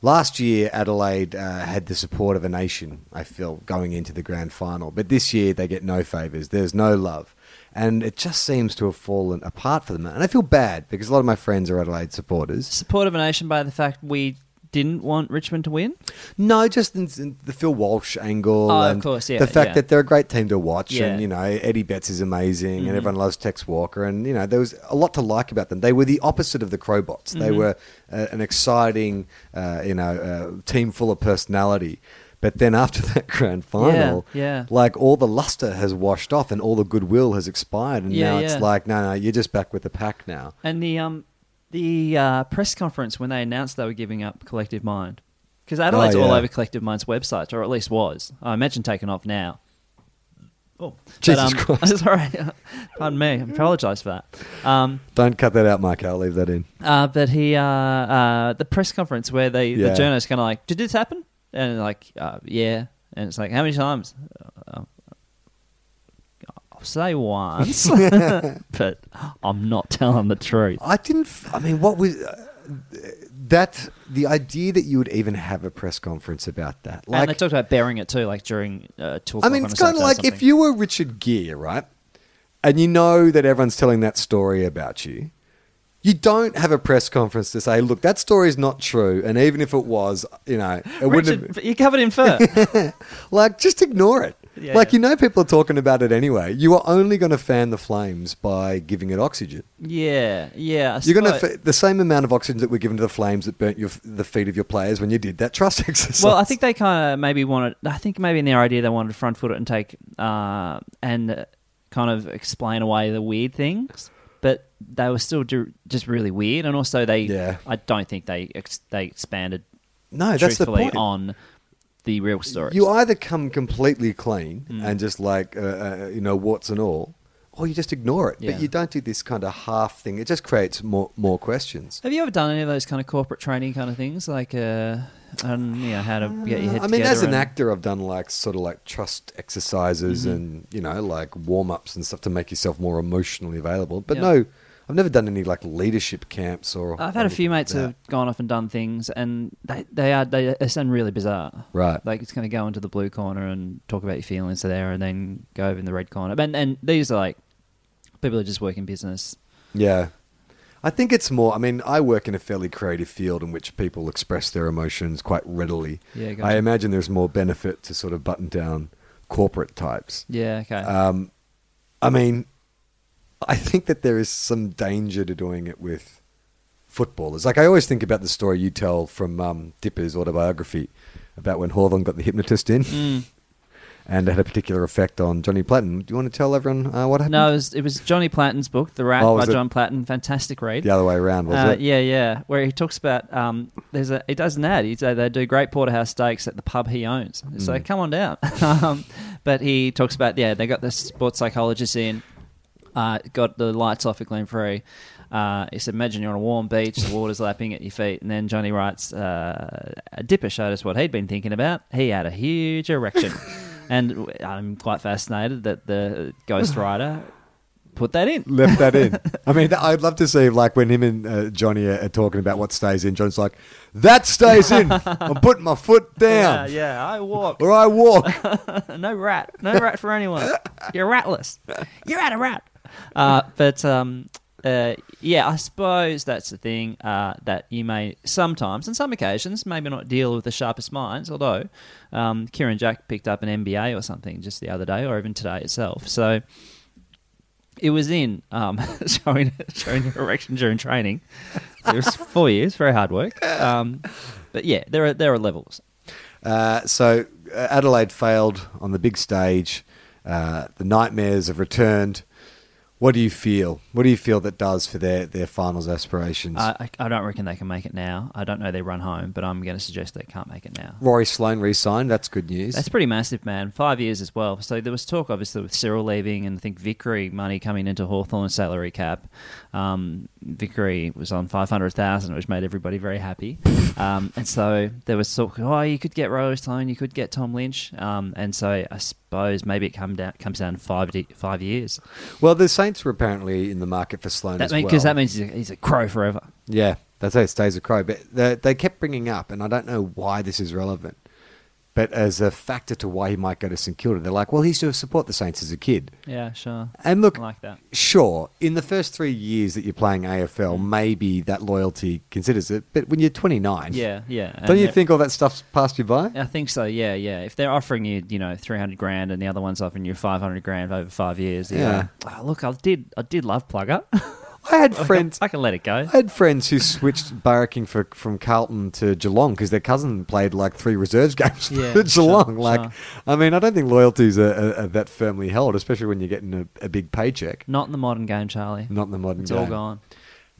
Speaker 3: last year Adelaide uh, had the support of a nation. I feel going into the grand final, but this year they get no favours. There's no love, and it just seems to have fallen apart for them. And I feel bad because a lot of my friends are Adelaide supporters.
Speaker 4: Support of a nation by the fact we didn't want Richmond to win.
Speaker 3: No, just in, in the Phil Walsh angle.
Speaker 4: Oh, of
Speaker 3: and
Speaker 4: course, yeah,
Speaker 3: The fact
Speaker 4: yeah.
Speaker 3: that they're a great team to watch,
Speaker 4: Yeah. Mm-hmm.
Speaker 3: and you know Eddie Betts is amazing, and everyone loves Tex Walker, and you know there was a lot to like about them. They were the opposite of the Crowbots. They
Speaker 4: Mm-hmm.
Speaker 3: were uh, an exciting, uh, you know, uh, team full of personality. But then after that grand final,
Speaker 4: yeah.
Speaker 3: like all the luster has washed off and all the goodwill has expired, and
Speaker 4: Yeah,
Speaker 3: now it's
Speaker 4: yeah.
Speaker 3: like, no, no, you're just back with the pack now.
Speaker 4: And the um the uh, press conference when they announced they were giving up Collective Mind, because Adelaide's all
Speaker 3: Oh, yeah.
Speaker 4: over Collective Mind's website, or at least was. I imagine taken off now. Oh,
Speaker 3: Jesus Christ.
Speaker 4: Sorry, pardon me. I apologise for that. Um,
Speaker 3: Don't cut that out, Mike. I'll leave that in.
Speaker 4: uh, but he, uh, uh, the press conference where they,
Speaker 3: Yeah.
Speaker 4: the journalist kind of like, did this happen? And like, uh, yeah. And it's like, how many times? Uh, I'll say once, but I'm not telling the truth.
Speaker 3: I didn't. F- I mean, what was uh, that? The idea that you would even have a press conference about that,
Speaker 4: and they
Speaker 3: like,
Speaker 4: talked about bearing it too, like during uh, two
Speaker 3: I
Speaker 4: o'clock
Speaker 3: mean,
Speaker 4: on
Speaker 3: it's
Speaker 4: a
Speaker 3: kind of
Speaker 4: Saturday or
Speaker 3: like if
Speaker 4: something.
Speaker 3: you were Richard Gere, right, and you know that everyone's telling that story about you. You don't have a press conference to say, "Look, that story's not true," and even if it was, you know, it wouldn't.
Speaker 4: Richard,
Speaker 3: Have,
Speaker 4: you're covered in fur.
Speaker 3: like, just ignore it.
Speaker 4: Yeah,
Speaker 3: like,
Speaker 4: yeah.
Speaker 3: you know, people are talking about it anyway. You are only going to fan the flames by giving it oxygen.
Speaker 4: yeah, yeah. I
Speaker 3: You're going to
Speaker 4: suppose.
Speaker 3: f- the same amount of oxygen that were given to the flames that burnt your, f- the feet of your players when you did that trust exercise.
Speaker 4: well, I think they kind of maybe wanted. I think maybe in their idea they wanted to front foot it and take uh, and uh, kind of explain away the weird things, but they were still ju- just really weird. And also, they
Speaker 3: Yeah.
Speaker 4: I don't think they ex- they expanded
Speaker 3: no, that's the
Speaker 4: truthfully
Speaker 3: point.
Speaker 4: on the real story.
Speaker 3: You either come completely clean
Speaker 4: Mm.
Speaker 3: and just like uh, uh, you know warts and all, or you just ignore it.
Speaker 4: Yeah.
Speaker 3: But you don't do this kind of half thing. It just creates more more questions.
Speaker 4: Have you ever done any of those kind of corporate training kind of things, like uh, and you know how to get your head?
Speaker 3: Uh, I mean, as an
Speaker 4: together and- Mm-hmm.
Speaker 3: actor, I've done like sort of like trust exercises and you know like warm ups and stuff to make yourself more emotionally available. But
Speaker 4: Yeah.
Speaker 3: no, I've never done any like leadership camps or.
Speaker 4: I've had a few mates
Speaker 3: that.
Speaker 4: who've gone off and done things, and they, they are they they sound really bizarre.
Speaker 3: Right.
Speaker 4: like it's going to go into the blue corner and talk about your feelings to there, and then go over in the red corner. And and these are like people who just work in business.
Speaker 3: Yeah. I think it's more. I mean, I work in a fairly creative field in which people express their emotions quite readily.
Speaker 4: Yeah, gotcha.
Speaker 3: I imagine there's more benefit to sort of button down corporate types.
Speaker 4: Yeah, okay.
Speaker 3: Um, I mean, I think that there is some danger to doing it with footballers. Like, I always think about the story you tell from um, Dipper's autobiography about when Hawthorne got the hypnotist in
Speaker 4: Mm.
Speaker 3: and it had a particular effect on Johnny Platten. Do you want to tell everyone uh, what happened?
Speaker 4: no, it was, it was Johnny Platten's book, The Rat
Speaker 3: Oh,
Speaker 4: by
Speaker 3: was it-
Speaker 4: John Platten. Fantastic read.
Speaker 3: The other way around, was
Speaker 4: uh,
Speaker 3: it?
Speaker 4: Yeah, yeah. Where he talks about um, there's a he does an ad. He's uh, they do great porterhouse steaks at the pub he owns. So
Speaker 3: Hmm.
Speaker 4: come on down. um, but he talks about yeah they got the sports psychologist in, uh, got the lights off at Glen Free. Uh, he said, imagine you're on a warm beach, the water's lapping at your feet, and then Johnny writes, uh, a dipper showed us what he'd been thinking about. He had a huge erection. and I'm quite fascinated that the ghostwriter put that in.
Speaker 3: left that in. I mean, th- I'd love to see like when him and uh, Johnny are, are talking about what stays in. John's like, "That stays in. I'm putting my foot
Speaker 4: Yeah,
Speaker 3: down,
Speaker 4: yeah, I walk.
Speaker 3: or I walk."
Speaker 4: no rat, no rat for anyone. You're ratless. You're out of rat. Uh, but um, uh, yeah, I suppose that's the thing uh, that you may sometimes, on some occasions, maybe not deal with the sharpest minds. Although um, Kieran Jack picked up an MBA or something just the other day, or even today itself. So it was in um, showing showing your erection during training. It was four years, very hard work. Um, but yeah, there are there are levels.
Speaker 3: Uh, so uh, Adelaide failed on the big stage. Uh, the nightmares have returned. What do you feel? What do you feel that does for their, their finals aspirations?
Speaker 4: I, I I don't reckon they can make it now. I don't know their run home, but I'm going to suggest they can't make it now.
Speaker 3: Rory Sloan re-signed. That's good news.
Speaker 4: That's pretty massive, man. Five years as well. So there was talk, obviously, with Cyril leaving and I think Vickery money coming into Hawthorne's salary cap. Um, Vickery was on 500,000, which made everybody very happy. Um, and so there was talk, oh, you could get Rory Sloan, you could get Tom Lynch. Um, and so I suppose maybe it come down, comes down to five, di- five years.
Speaker 3: well, the Saints were apparently in the market for Sloan
Speaker 4: Because
Speaker 3: as
Speaker 4: that, mean-
Speaker 3: well.
Speaker 4: 'cause that means he's a, he's a crow forever.
Speaker 3: Yeah, that's how it stays a crow. But they, they kept bringing up, and I don't know why this is relevant, but as a factor to why he might go to St Kilda, they're like, well, he used to support the Saints as a kid.
Speaker 4: Yeah, sure.
Speaker 3: And look,
Speaker 4: I like that.
Speaker 3: sure, in the first three years that you're playing AFL,
Speaker 4: Mm.
Speaker 3: maybe that loyalty considers it. But when you're 29,
Speaker 4: Yeah, yeah. And
Speaker 3: don't you
Speaker 4: they're-
Speaker 3: think all that stuff's passed you by?
Speaker 4: I think so. Yeah, yeah. If they're offering you, you know, three hundred grand, and the other one's offering you five hundred grand over five years, you're
Speaker 3: Yeah.
Speaker 4: like, "Oh, look, I did, I did love Plugger.
Speaker 3: I had friends.
Speaker 4: Oh, I can let it go.
Speaker 3: I had friends who switched barracking for, from Carlton to Geelong because their cousin played like three reserves games
Speaker 4: Yeah,
Speaker 3: for Geelong.
Speaker 4: sure,
Speaker 3: like,
Speaker 4: sure.
Speaker 3: I mean, I don't think loyalties are, are, are that firmly held, especially when you're getting a, a big paycheck.
Speaker 4: Not in the modern game, Charlie.
Speaker 3: Not in the modern
Speaker 4: Mm. it's
Speaker 3: game.
Speaker 4: all gone.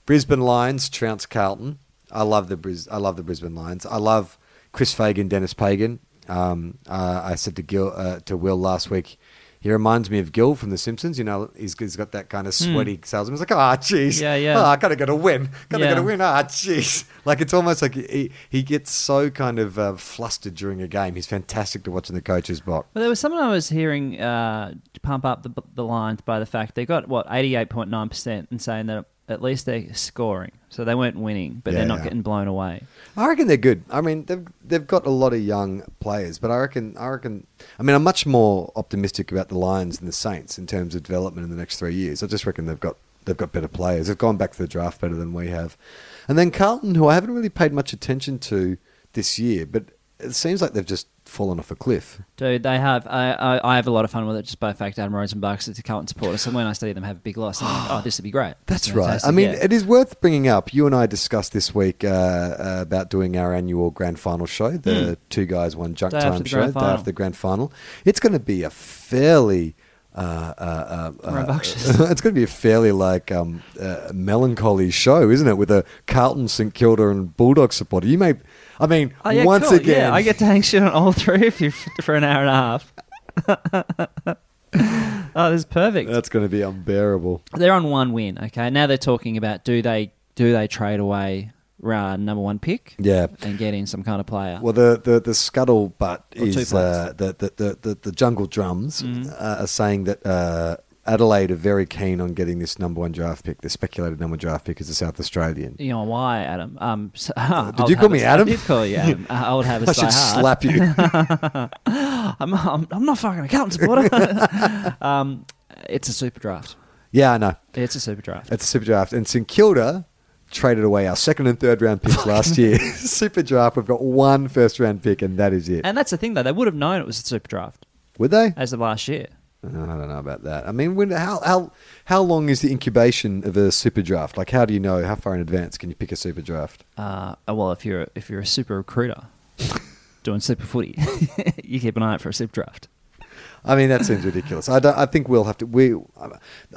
Speaker 3: Brisbane Lions trounce Carlton. I love the Bris- I love the Brisbane Lions. I love Chris Fagan, Dennis Pagan. Um, uh, I said to Gil uh, to Will last week. He reminds me of Gil from The Simpsons. You know, he's, he's got that kind of sweaty salesman. He's like, ah, jeez.
Speaker 4: Hmm. Yeah, yeah.
Speaker 3: Ah, I gotta get a win. Gotta
Speaker 4: Yeah.
Speaker 3: get a win. Ah, jeez. Like it's almost like he, he gets so kind of uh, flustered during a game. He's fantastic to watch in the coach's box.
Speaker 4: But there was someone I was hearing uh, pump up the, the lines by the fact they got what eighty eight point nine percent, and saying that at least they're scoring, so they weren't winning, but
Speaker 3: Yeah,
Speaker 4: they're not
Speaker 3: yeah.
Speaker 4: getting blown away.
Speaker 3: I reckon they're good. I mean, they've they've got a lot of young players, but I reckon I reckon I mean I'm much more optimistic about the Lions and the Saints in terms of development in the next three years. I just reckon they've got they've got better players. They've gone back to the draft better than we have, and then Carlton, who I haven't really paid much attention to this year, but it seems like they've just fallen off a cliff.
Speaker 4: Dude, they have. I, I, I have a lot of fun with it just by the fact Adam Rosenbach's it's a Carlton supporter. So when I see them have a big loss, I'm like, oh, this would be great.
Speaker 3: That's right.
Speaker 4: Fantastic,
Speaker 3: I mean,
Speaker 4: yeah.
Speaker 3: it is worth bringing up. You and I discussed this week uh, uh, about doing our annual grand final show, the two guys one junk
Speaker 4: Hmm. Day after
Speaker 3: time
Speaker 4: the
Speaker 3: show,
Speaker 4: grand
Speaker 3: day
Speaker 4: final.
Speaker 3: after the grand final. It's going to be a fairly. Uh, uh, uh, uh,
Speaker 4: Rambunctious.
Speaker 3: it's going to be a fairly like um, uh, melancholy show, isn't it? With a Carlton, St Kilda, and Bulldog supporter. You may, I mean,
Speaker 4: Oh, yeah,
Speaker 3: once
Speaker 4: cool.
Speaker 3: again,
Speaker 4: yeah, I get to hang shit on all three of you f- for an hour and a half. oh, this is perfect.
Speaker 3: that's going to be unbearable.
Speaker 4: they're on one win. Okay, now they're talking about do they do they trade away uh, number one pick
Speaker 3: Yeah.
Speaker 4: and get in some kind of player?
Speaker 3: Well, the the, the scuttlebutt
Speaker 4: Or two Mm-hmm.
Speaker 3: is uh, the, the, the, the the jungle drums uh, are saying that uh, Adelaide are very keen on getting this number one draft pick, the speculated number one draft pick as a South Australian.
Speaker 4: You know why, Adam? Um, so-
Speaker 3: did
Speaker 4: I'll
Speaker 3: you
Speaker 4: have
Speaker 3: call me
Speaker 4: a-
Speaker 3: Adam?
Speaker 4: I did call you Adam. Uh, I would have a
Speaker 3: I should
Speaker 4: hard.
Speaker 3: slap you.
Speaker 4: I'm, I'm, I'm not fucking a Carlton supporter. um, it's a super draft.
Speaker 3: yeah, I know.
Speaker 4: It's a super draft.
Speaker 3: It's a super draft. And St Kilda traded away our second and third round picks last year. super draft. We've got one first round pick, and that is it.
Speaker 4: And that's the thing, though. They would have known it was a super draft
Speaker 3: Would they?
Speaker 4: as of last year.
Speaker 3: I don't know about that. I mean, when how how how long is the incubation of a super draft? Like, how do you know how far in advance can you pick a super draft?
Speaker 4: Uh, well, if you're if you're a super recruiter doing super footy, you keep an eye out for a super draft.
Speaker 3: I mean, that seems ridiculous. I don't. I think we'll have to. We.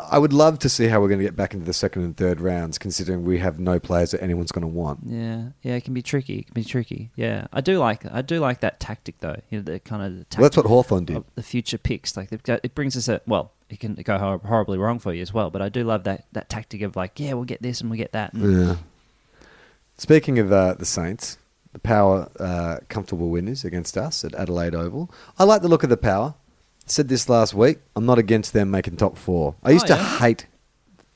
Speaker 3: I would love to see how we're going to get back into the second and third rounds, considering we have no players that anyone's going to want.
Speaker 4: Yeah, yeah, it can be tricky. It can be tricky. Yeah, I do like I do like that tactic though. You know, the kind of the tactic
Speaker 3: Well, that's what Hawthorn did.
Speaker 4: of the future picks. Like they've got, it brings us a well, it can go hor- horribly wrong for you as well. But I do love that that tactic of like, yeah, we'll get this and we'll get that. And
Speaker 3: Yeah. Speaking of uh, the Saints, the Power uh, comfortable winners against us at Adelaide Oval. I like the look of the Power. Said this last week. I'm not against them making top four. I used
Speaker 4: Oh,
Speaker 3: to
Speaker 4: yeah.
Speaker 3: hate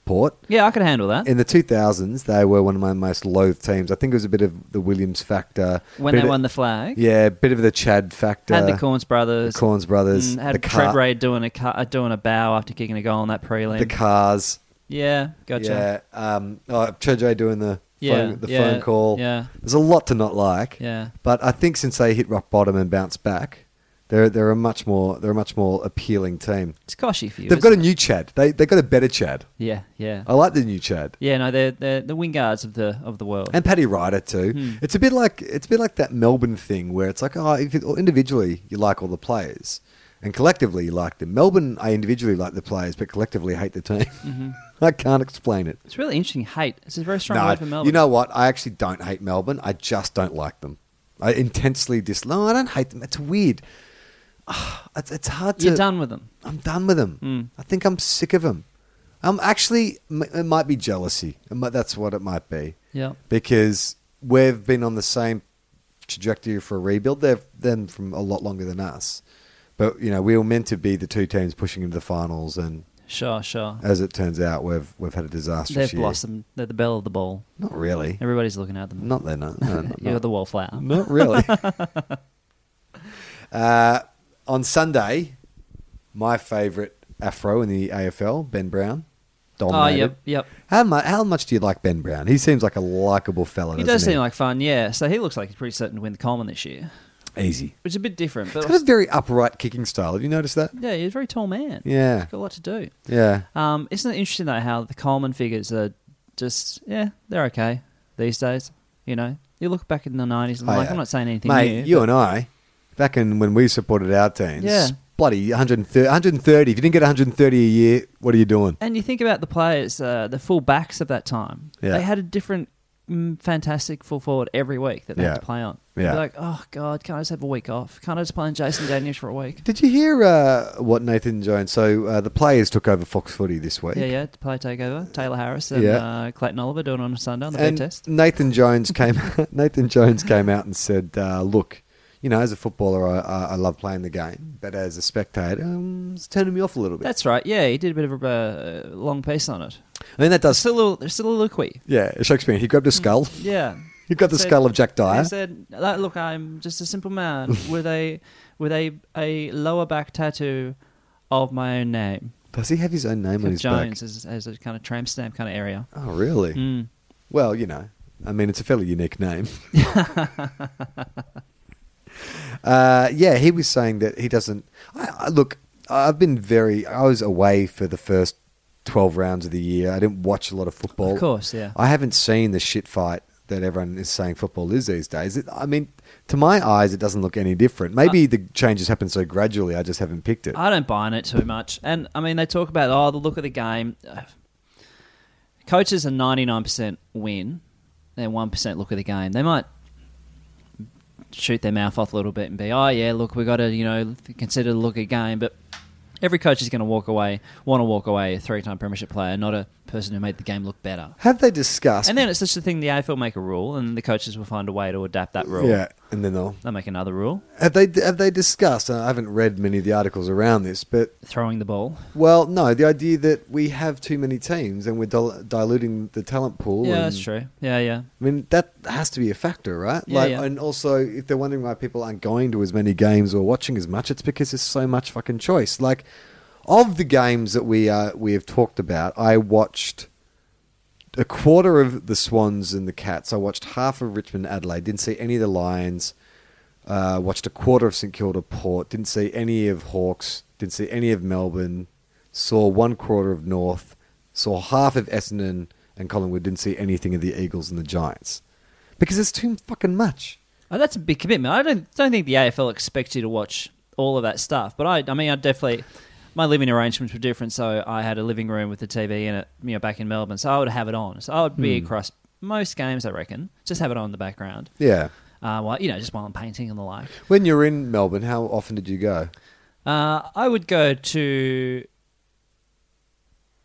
Speaker 3: Port.
Speaker 4: yeah, I could handle that.
Speaker 3: In the 2000s, they were one of my most loathed teams. I think it was a bit of the Williams factor.
Speaker 4: when
Speaker 3: bit
Speaker 4: they
Speaker 3: of-
Speaker 4: won the flag,
Speaker 3: Yeah, a bit of the Chad factor.
Speaker 4: had the Corns brothers,
Speaker 3: the Corns brothers.
Speaker 4: mm, had
Speaker 3: the,
Speaker 4: Fred
Speaker 3: car,
Speaker 4: Ray doing a cu- uh, doing a bow after kicking a goal on that prelim.
Speaker 3: the cars.
Speaker 4: yeah, gotcha.
Speaker 3: Yeah. Um, oh, Trejo doing the,
Speaker 4: Yeah,
Speaker 3: phone, the
Speaker 4: yeah,
Speaker 3: phone call.
Speaker 4: yeah.
Speaker 3: There's a lot to not like.
Speaker 4: Yeah.
Speaker 3: But I think since they hit rock bottom and bounced back, they're, they're, a, much more, they're a much more appealing team.
Speaker 4: It's coshy for you.
Speaker 3: They've
Speaker 4: isn't
Speaker 3: got a
Speaker 4: it?
Speaker 3: new Chad. They, they've got a Oh. better Chad.
Speaker 4: Yeah, yeah.
Speaker 3: I like the new Chad.
Speaker 4: Yeah, no, they're, they're the wingards of the of the world.
Speaker 3: and Paddy Ryder too.
Speaker 4: Hmm.
Speaker 3: It's a bit like it's a bit like that Melbourne thing where it's like, oh, if it, individually you like all the players, and collectively you like them. Melbourne, I individually like the players, but collectively hate the team.
Speaker 4: Mm-hmm.
Speaker 3: I can't explain it.
Speaker 4: it's really interesting. Hate. It's a very strong
Speaker 3: No,
Speaker 4: word for Melbourne.
Speaker 3: you know what? I actually don't hate Melbourne. I just don't like them. I intensely dislike. No, I don't hate them. It's weird. Ah, It's, it's hard to.
Speaker 4: you're done Hmm. with them.
Speaker 3: I'm done with them. I think I'm sick of them. Um, actually, m- it might be jealousy. It might, that's what it might be
Speaker 4: Yeah.
Speaker 3: because we've been on the same trajectory for a rebuild. They've them from a lot longer than us, but you know we were meant to be the two teams pushing into the finals, and
Speaker 4: Sure, sure.
Speaker 3: as it turns out, we've we've had a disastrous
Speaker 4: They've
Speaker 3: year.
Speaker 4: blossomed. They're the bell of the ball.
Speaker 3: Not really.
Speaker 4: Everybody's looking at them.
Speaker 3: Not they're not. No, not,
Speaker 4: You're
Speaker 3: not-
Speaker 4: the wallflower.
Speaker 3: not really. uh, on Sunday, my favourite afro in the AFL, Ben Brown.
Speaker 4: Oh,
Speaker 3: Dominated.
Speaker 4: yep, yep.
Speaker 3: How much? How much do you like Ben Brown? He seems like a likable fella.
Speaker 4: He
Speaker 3: doesn't
Speaker 4: does seem like fun, yeah. So he looks like he's pretty certain to win the Coleman this year,
Speaker 3: easy.
Speaker 4: which is a bit different. But
Speaker 3: He's got a very upright kicking style. Have you noticed that?
Speaker 4: yeah, he's a very tall man.
Speaker 3: Yeah.
Speaker 4: He's got a lot to do.
Speaker 3: Yeah.
Speaker 4: Um, isn't it interesting though how the Coleman figures are just yeah they're okay these days. You know, you look back in the nineties and
Speaker 3: Oh,
Speaker 4: like
Speaker 3: yeah.
Speaker 4: I'm not saying anything
Speaker 3: Mate,
Speaker 4: new.
Speaker 3: you and I, back in when we supported our teams,
Speaker 4: Yeah.
Speaker 3: bloody 130, 130. If you didn't get 130 a year, what are you doing?
Speaker 4: And you think about the players, uh, the full backs of that time.
Speaker 3: Yeah.
Speaker 4: They had a different, mm, fantastic full forward every week that they
Speaker 3: Yeah.
Speaker 4: had to play on.
Speaker 3: Yeah.
Speaker 4: You'd be like, oh god, can't I just have a week off? Can't I just play on Jason Daniels for a week?
Speaker 3: Did you hear uh, what Nathan Jones? So uh, the players took over Fox Footy this week.
Speaker 4: Yeah, yeah, to play takeover. Taylor Harris and
Speaker 3: Yeah.
Speaker 4: uh, Clayton Oliver doing it on a Sunday on the bed
Speaker 3: And
Speaker 4: test.
Speaker 3: Nathan Jones came. Nathan Jones came out and said, uh, "Look, you know, as a footballer, I, I, I love playing the game, but as a spectator, um, it's turning me off a little bit."
Speaker 4: That's right. Yeah, he did a bit of a uh, long piece on it.
Speaker 3: I mean, that does.
Speaker 4: Still a little, still a little quick.
Speaker 3: yeah, Shakespeare. He
Speaker 4: Hmm.
Speaker 3: grabbed a skull.
Speaker 4: Yeah.
Speaker 3: He grabbed the
Speaker 4: Said-
Speaker 3: skull of Jack Dyer.
Speaker 4: He said, "Like, "Look, I'm just a simple man with a with a a lower back tattoo of my own name,
Speaker 3: Does he have his own name on his back?
Speaker 4: Jones, as, as a kind of tramp stamp kind of area."
Speaker 3: Oh, really?
Speaker 4: Mm.
Speaker 3: Well, you know, I mean, it's a fairly unique name. uh, yeah, he was saying that he doesn't. I, I, look, I've been very. I was away for the first 12 rounds of the year. I didn't watch a lot of football.
Speaker 4: Of course, yeah.
Speaker 3: I haven't seen the shit fight that everyone is saying football is these days. It, I mean, to my eyes, it doesn't look any different.
Speaker 4: Uh,
Speaker 3: Maybe the changes happen so gradually, I just haven't picked it.
Speaker 4: I don't buy in it too much. And I mean, they talk about oh, the look of the game. Coaches are ninety nine percent win, they're one percent look of the game. They might shoot their mouth off a little bit and be, oh yeah, look, we got to you know consider the look of game. But every coach is going to walk away, want to walk away a three time premiership player, not a person who made the game look better.
Speaker 3: Have they discussed?
Speaker 4: And then it's just the thing the AFL make a rule, and the coaches will find a way to adapt that rule.
Speaker 3: yeah, and then they'll
Speaker 4: They'll make another rule,
Speaker 3: have they have they discussed? And I haven't read many of the articles around this, but
Speaker 4: throwing the ball.
Speaker 3: well, no, the idea that we have too many teams and we're dil- diluting the talent pool.
Speaker 4: Yeah,
Speaker 3: and-
Speaker 4: that's true. Yeah, yeah.
Speaker 3: I mean, that has to be a factor, right?
Speaker 4: Yeah,
Speaker 3: like,
Speaker 4: yeah.
Speaker 3: and also, if they're wondering why people aren't going to as many games or watching as much, it's because there's so much fucking choice. Like, of the games that we uh, we have talked about, I watched a quarter of the Swans and the Cats. I watched half of Richmond Adelaide. Didn't see any of the Lions. Uh, watched a quarter of St Kilda Port. Didn't see any of Hawks. Didn't see any of Melbourne. Saw one quarter of North. Saw half of Essendon and Collingwood. Didn't see anything of the Eagles and the Giants because it's too fucking much.
Speaker 4: Oh, that's a big commitment. I don't don't think the AFL expects you to watch all of that stuff, but I I mean I definitely my living arrangements were different, so I had a living room with a TV in it, you know, back in Melbourne, so I would have it on. So I would be across most games, I reckon. Just have it on in the background,
Speaker 3: Yeah.
Speaker 4: uh, while you know, just while I'm painting and the like.
Speaker 3: When you're in Melbourne, how often did you go?
Speaker 4: Uh, I would go to.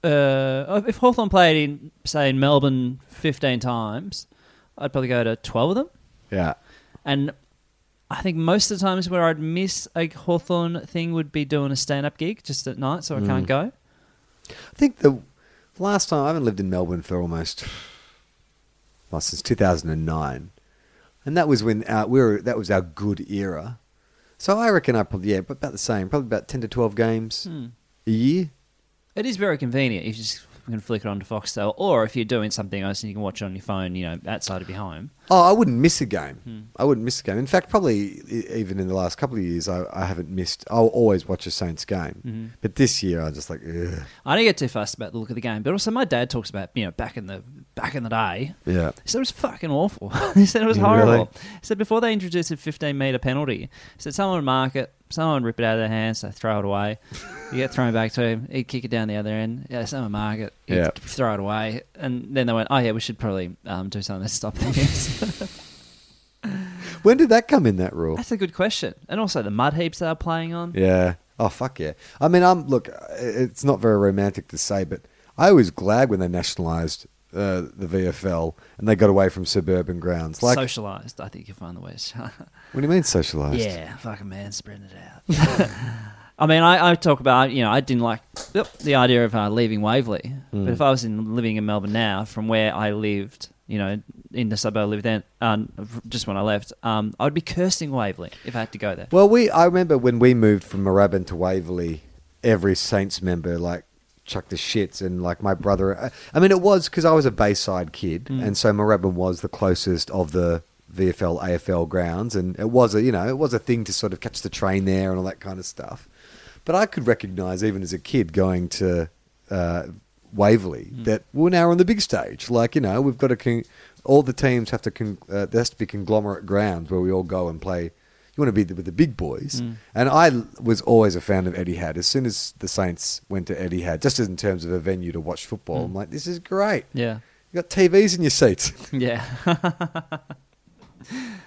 Speaker 4: Uh, if Hawthorn played in, say, in Melbourne 15 times, I'd probably go to 12 of them.
Speaker 3: Yeah.
Speaker 4: And I think most of the times where I'd miss a Hawthorn thing would be doing a stand up gig just at night, so I can't go.
Speaker 3: I think the last time I haven't lived in Melbourne for almost well since 2009, and that was when our, we were that was our good era. So I reckon I probably yeah, but about the same, probably about 10 to 12 games a year.
Speaker 4: It is very convenient if you just can flick it onto Foxtel, or if you're doing something else and you can watch it on your phone, you know, outside of your home.
Speaker 3: Oh, I wouldn't miss a game. I wouldn't miss a game. In fact, probably e- even in the last couple of years, I, I haven't missed. I'll always watch a Saints game, but this year I just like Ugh.
Speaker 4: I don't get too fussed about the look of the game, but also my dad talks about, you know, back in the back in the day,
Speaker 3: yeah.
Speaker 4: He said it was fucking awful. he said it was
Speaker 3: Yeah,
Speaker 4: horrible.
Speaker 3: really?
Speaker 4: He said before they introduced a 15 metre penalty, he said someone would mark it, someone would rip it out of their hands, they throw it away. you get thrown back to him, he'd kick it down the other end. Yeah, someone mark it, he'd
Speaker 3: Yeah.
Speaker 4: throw it away. And then they went, oh yeah, we should probably um, do something to stop this.
Speaker 3: When did that come in that rule?
Speaker 4: That's a good question. And also the mud heaps they were playing on.
Speaker 3: Yeah. Oh fuck yeah! I mean, I'm look. It's not very romantic to say, but I was glad when they nationalised uh, the VFL and they got away from suburban grounds. Like,
Speaker 4: Socialised, I think you find the worst.
Speaker 3: what do you mean socialised?
Speaker 4: Yeah, fucking man, spreading it out. I mean, I, I talk about, you know, I didn't like oop, the idea of uh, leaving Waverley. But if I was in living in Melbourne now, from where I lived, you know, in the suburb I lived in, um, just when I left, um, I would be cursing Waverley if I had to go there.
Speaker 3: Well, we I remember when we moved from Moorabbin to Waverley, every Saints member like chucked the shits, and like my brother. I- I mean, it was because I was a Bayside kid, and so Moorabbin was the closest of the VFL AFL grounds, and it was a you know it was a thing to sort of catch the train there and all that kind of stuff. But I could recognise even as a kid going to uh, Waverley that we're now on the big stage. Like you know we've got to con- all the teams have to con- uh, there has to be conglomerate grounds where we all go and play. You want to be the, with the big boys. And I l- was always a fan of Eddie Had. As soon as the Saints went to Eddie Had, just in terms of a venue to watch football, I'm like, this is great.
Speaker 4: Yeah.
Speaker 3: You got TVs in your seats.
Speaker 4: Yeah.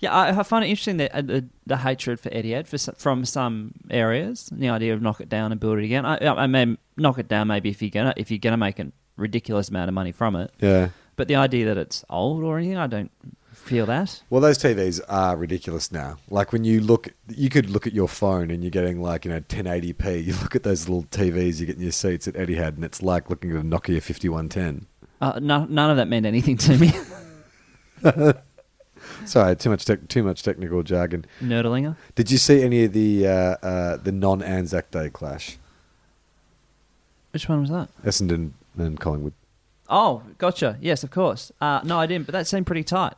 Speaker 4: yeah, I, I find it interesting that uh, the, the hatred for Etihad for, so- from some areas, and the idea of knock it down and build it again. I, I mean, knock it down maybe if you're gonna if you're gonna make a ridiculous amount of money from it.
Speaker 3: Yeah.
Speaker 4: But the idea that it's old or anything, I don't feel that.
Speaker 3: Well, those TVs are ridiculous now. Like when you look, you could look at your phone and you're getting like you know 1080p. You look at those little TVs you get in your seats at Eddie Had, and it's like looking at a Nokia 5110.
Speaker 4: Uh, no, none of that meant anything to me.
Speaker 3: Sorry, too much tech too much technical jargon.
Speaker 4: Nerdlinger.
Speaker 3: Did you see any of the uh, uh, the non Anzac Day clash?
Speaker 4: Which one was that?
Speaker 3: Essendon and Collingwood.
Speaker 4: Oh, gotcha. Yes, of course. Uh, no, I didn't. But that seemed pretty tight.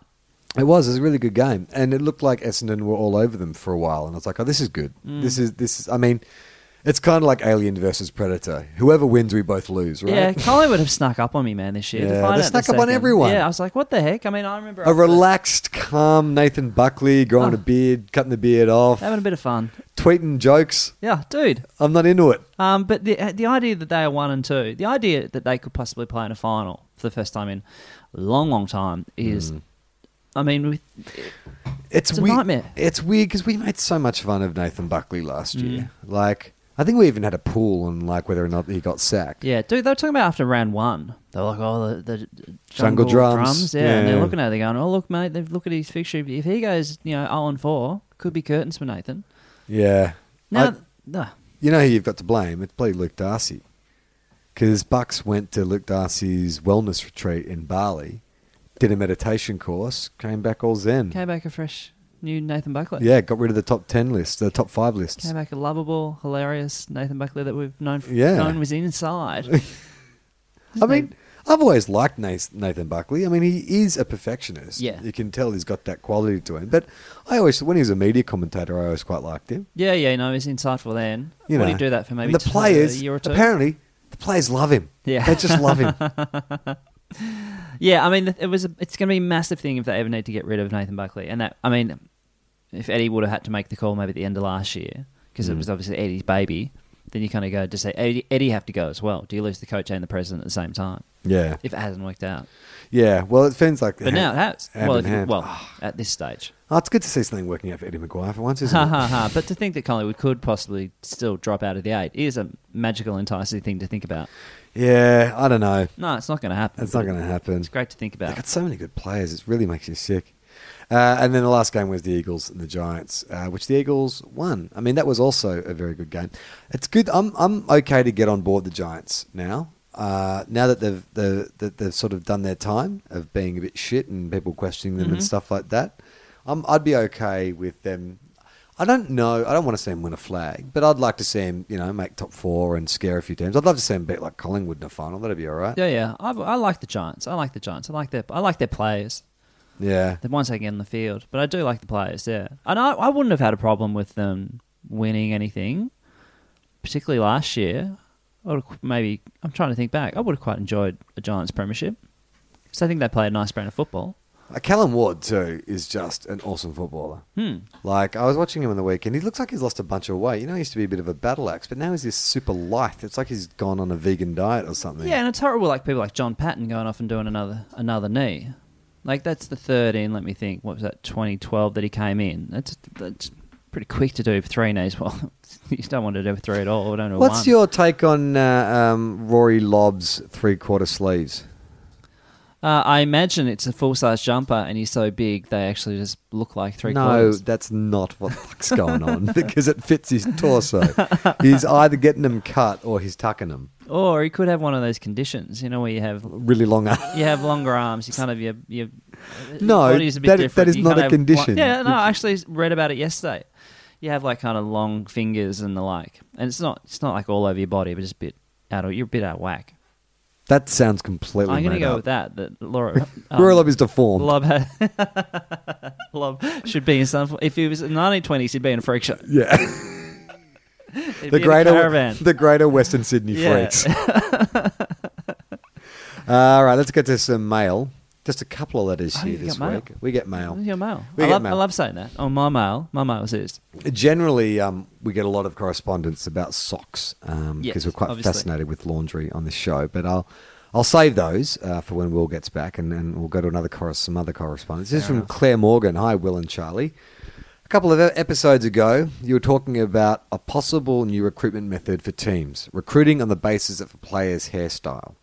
Speaker 3: It was. It was a really good game, and it looked like Essendon were all over them for a while. And I was like, "Oh, this is good. This is this is." I mean, it's kind of like Alien versus Predator. Whoever wins, we both lose, right?
Speaker 4: Yeah, Colin would have snuck up on me, man, this year. to
Speaker 3: Yeah,
Speaker 4: find
Speaker 3: they
Speaker 4: out the
Speaker 3: snuck up on
Speaker 4: second.
Speaker 3: everyone.
Speaker 4: Yeah, I was like, what the heck? I mean, I remember
Speaker 3: A
Speaker 4: after-
Speaker 3: relaxed, calm Nathan Buckley growing
Speaker 4: Oh.
Speaker 3: a beard, cutting the beard off,
Speaker 4: having a bit of fun.
Speaker 3: tweeting jokes.
Speaker 4: Yeah, dude.
Speaker 3: I'm not into it.
Speaker 4: Um, but the the idea that they are one and two, the idea that they could possibly play in a final for the first time in a long, long time
Speaker 3: Hmm.
Speaker 4: is, I mean, with,
Speaker 3: It's,
Speaker 4: It's a
Speaker 3: weird.
Speaker 4: nightmare. Mm.
Speaker 3: It's weird because we made so much fun of Nathan Buckley last year. Like, I think we even had a pool on like whether or not he got sacked.
Speaker 4: Yeah, dude, they were talking about after round one. They were like, oh, the, the
Speaker 3: Jungle
Speaker 4: jungle,
Speaker 3: drums.
Speaker 4: drums. Yeah, and they're
Speaker 3: Yeah.
Speaker 4: looking at it, they're going, oh, look, mate, they look at his fixture. If he goes, you know, 0 and 4, could be curtains for Nathan.
Speaker 3: Yeah.
Speaker 4: Now,
Speaker 3: I-
Speaker 4: no.
Speaker 3: you know who you've got to blame? It's bloody Luke Darcy. Because Bucks went to Luke Darcy's wellness retreat in Bali, did a meditation course, came back all zen.
Speaker 4: Came back a fresh new Nathan Buckley.
Speaker 3: Yeah, got rid of the top 10 list, the top five lists.
Speaker 4: Came back a lovable, hilarious Nathan Buckley that we've known,
Speaker 3: Yeah.
Speaker 4: known was inside.
Speaker 3: I mean, I've always liked Nas- Nathan Buckley. I mean, he is a perfectionist.
Speaker 4: Yeah.
Speaker 3: You can tell he's got that quality to him. But I always, when he was a media commentator, I always quite liked him.
Speaker 4: yeah, yeah, no, he's insightful then.
Speaker 3: You
Speaker 4: what
Speaker 3: know,
Speaker 4: do you do that for maybe
Speaker 3: and the
Speaker 4: two-
Speaker 3: players,
Speaker 4: a year or two?
Speaker 3: apparently, the players love him.
Speaker 4: Yeah.
Speaker 3: They just love him.
Speaker 4: Yeah, I mean, it was a, it's going to be a massive thing if they ever need to get rid of Nathan Buckley. And that, I mean, if Eddie would have had to make the call maybe at the end of last year because
Speaker 3: Mm.
Speaker 4: it was obviously Eddie's baby, then you kind of go to say Eddie, Eddie have to go as well. Do you lose the coach and the president at the same time
Speaker 3: yeah.
Speaker 4: if it hasn't worked out?
Speaker 3: Yeah. Well, it seems like.
Speaker 4: But now it has.
Speaker 3: hand
Speaker 4: well,
Speaker 3: in
Speaker 4: if you-
Speaker 3: hand. Ah.
Speaker 4: well, at this stage,
Speaker 3: Oh, it's good to see something working out for Eddie McGuire for once, isn't
Speaker 4: ha
Speaker 3: it?
Speaker 4: ha ha. But to think that Collingwood could possibly still drop out of the eight is a magical, enticing thing to think about.
Speaker 3: Yeah, I don't know.
Speaker 4: No, it's not going to happen.
Speaker 3: It's not
Speaker 4: but
Speaker 3: going to happen.
Speaker 4: It's great to think
Speaker 3: They've
Speaker 4: about.
Speaker 3: got so many good players. It really makes you sick. Uh, and then the last game was the Eagles and the Giants, uh, which the Eagles won. I mean, that was also a very good game. It's good. I'm I'm okay to get on board the Giants now. Uh, now that they've the that they've sort of done their time of being a bit shit and people questioning them and stuff like that, I'm, I'd be okay with them. I don't know. I don't want to see them win a flag, but I'd like to see them, you know, make top four and scare a few teams. I'd love to see them beat like Collingwood in a final. That'd be all right.
Speaker 4: Yeah, yeah. i I like the Giants. I like the Giants. I like their I like their players.
Speaker 3: yeah.
Speaker 4: the ones they get in the field. But I do like the players, yeah. And I, I wouldn't have had a problem with them winning anything, particularly last year. I would have qu- maybe I'm trying to think back. I would have quite enjoyed a Giants premiership because I think they play a nice brand of football.
Speaker 3: Uh, Callum Ward too is just an awesome footballer.
Speaker 4: Hmm.
Speaker 3: Like I was watching him on the weekend, he looks like he's lost a bunch of weight. You know, he used to be a bit of a battle axe, but now he's this super lithe. It's like he's gone on a vegan diet or something.
Speaker 4: Yeah, and it's horrible. Like people like John Patton going off and doing another another knee. Like that's the third in. Let me think. What was that? 2012 that he came in. That's that's pretty quick to do three knees. Well, you don't want to do three at all. I don't know.
Speaker 3: What's
Speaker 4: one.
Speaker 3: your take on uh, um, Rory Lobb's three-quarter sleeves?
Speaker 4: Uh, I imagine it's a full size jumper, and he's so big they actually just look like three
Speaker 3: no,
Speaker 4: quarters.
Speaker 3: that's not what the fuck's going on because it fits his torso. he's either getting them cut or he's tucking them.
Speaker 4: Or he could have one of those conditions, you know, where you have
Speaker 3: Really long arms.
Speaker 4: you have longer arms. You kind of your your your
Speaker 3: No,
Speaker 4: body's a bit
Speaker 3: that- that
Speaker 4: different.
Speaker 3: is
Speaker 4: You
Speaker 3: not a
Speaker 4: kind of have one-
Speaker 3: condition.
Speaker 4: yeah, no, I actually read about it yesterday. You have like kind of long fingers and the like, and it's not it's not like all over your body, but just a bit out of you're a bit out of whack.
Speaker 3: That sounds completely.
Speaker 4: I'm going to
Speaker 3: made
Speaker 4: go
Speaker 3: up.
Speaker 4: with that. That Laura um,
Speaker 3: Rory Lobb is deformed.
Speaker 4: Lob, had- Lob should be in some. If he was in the 1920s, he'd be in a freak show.
Speaker 3: yeah.
Speaker 4: He'd
Speaker 3: the
Speaker 4: be in a
Speaker 3: greater
Speaker 4: caravan.
Speaker 3: the greater Western Sydney
Speaker 4: Yeah.
Speaker 3: freaks. All right, let's get to some mail. Just a couple of letters
Speaker 4: Oh,
Speaker 3: here
Speaker 4: you
Speaker 3: this
Speaker 4: got mail.
Speaker 3: week. We get mail.
Speaker 4: Where's Your mail.
Speaker 3: We
Speaker 4: I
Speaker 3: get
Speaker 4: love,
Speaker 3: mail.
Speaker 4: I love saying that. Oh, my mail. My mail is this.
Speaker 3: Generally, um, we get a lot of correspondence about socks because
Speaker 4: Yes,
Speaker 3: we're quite
Speaker 4: obviously.
Speaker 3: fascinated with laundry on this show. But I'll I'll save those uh, for when Will gets back, and, and we'll go to another corres- some other correspondence. This is from Claire Morgan. Hi, Will and Charlie. A couple of e, episodes ago, you were talking about a possible new recruitment method for teams, recruiting on the basis of a player's hairstyle.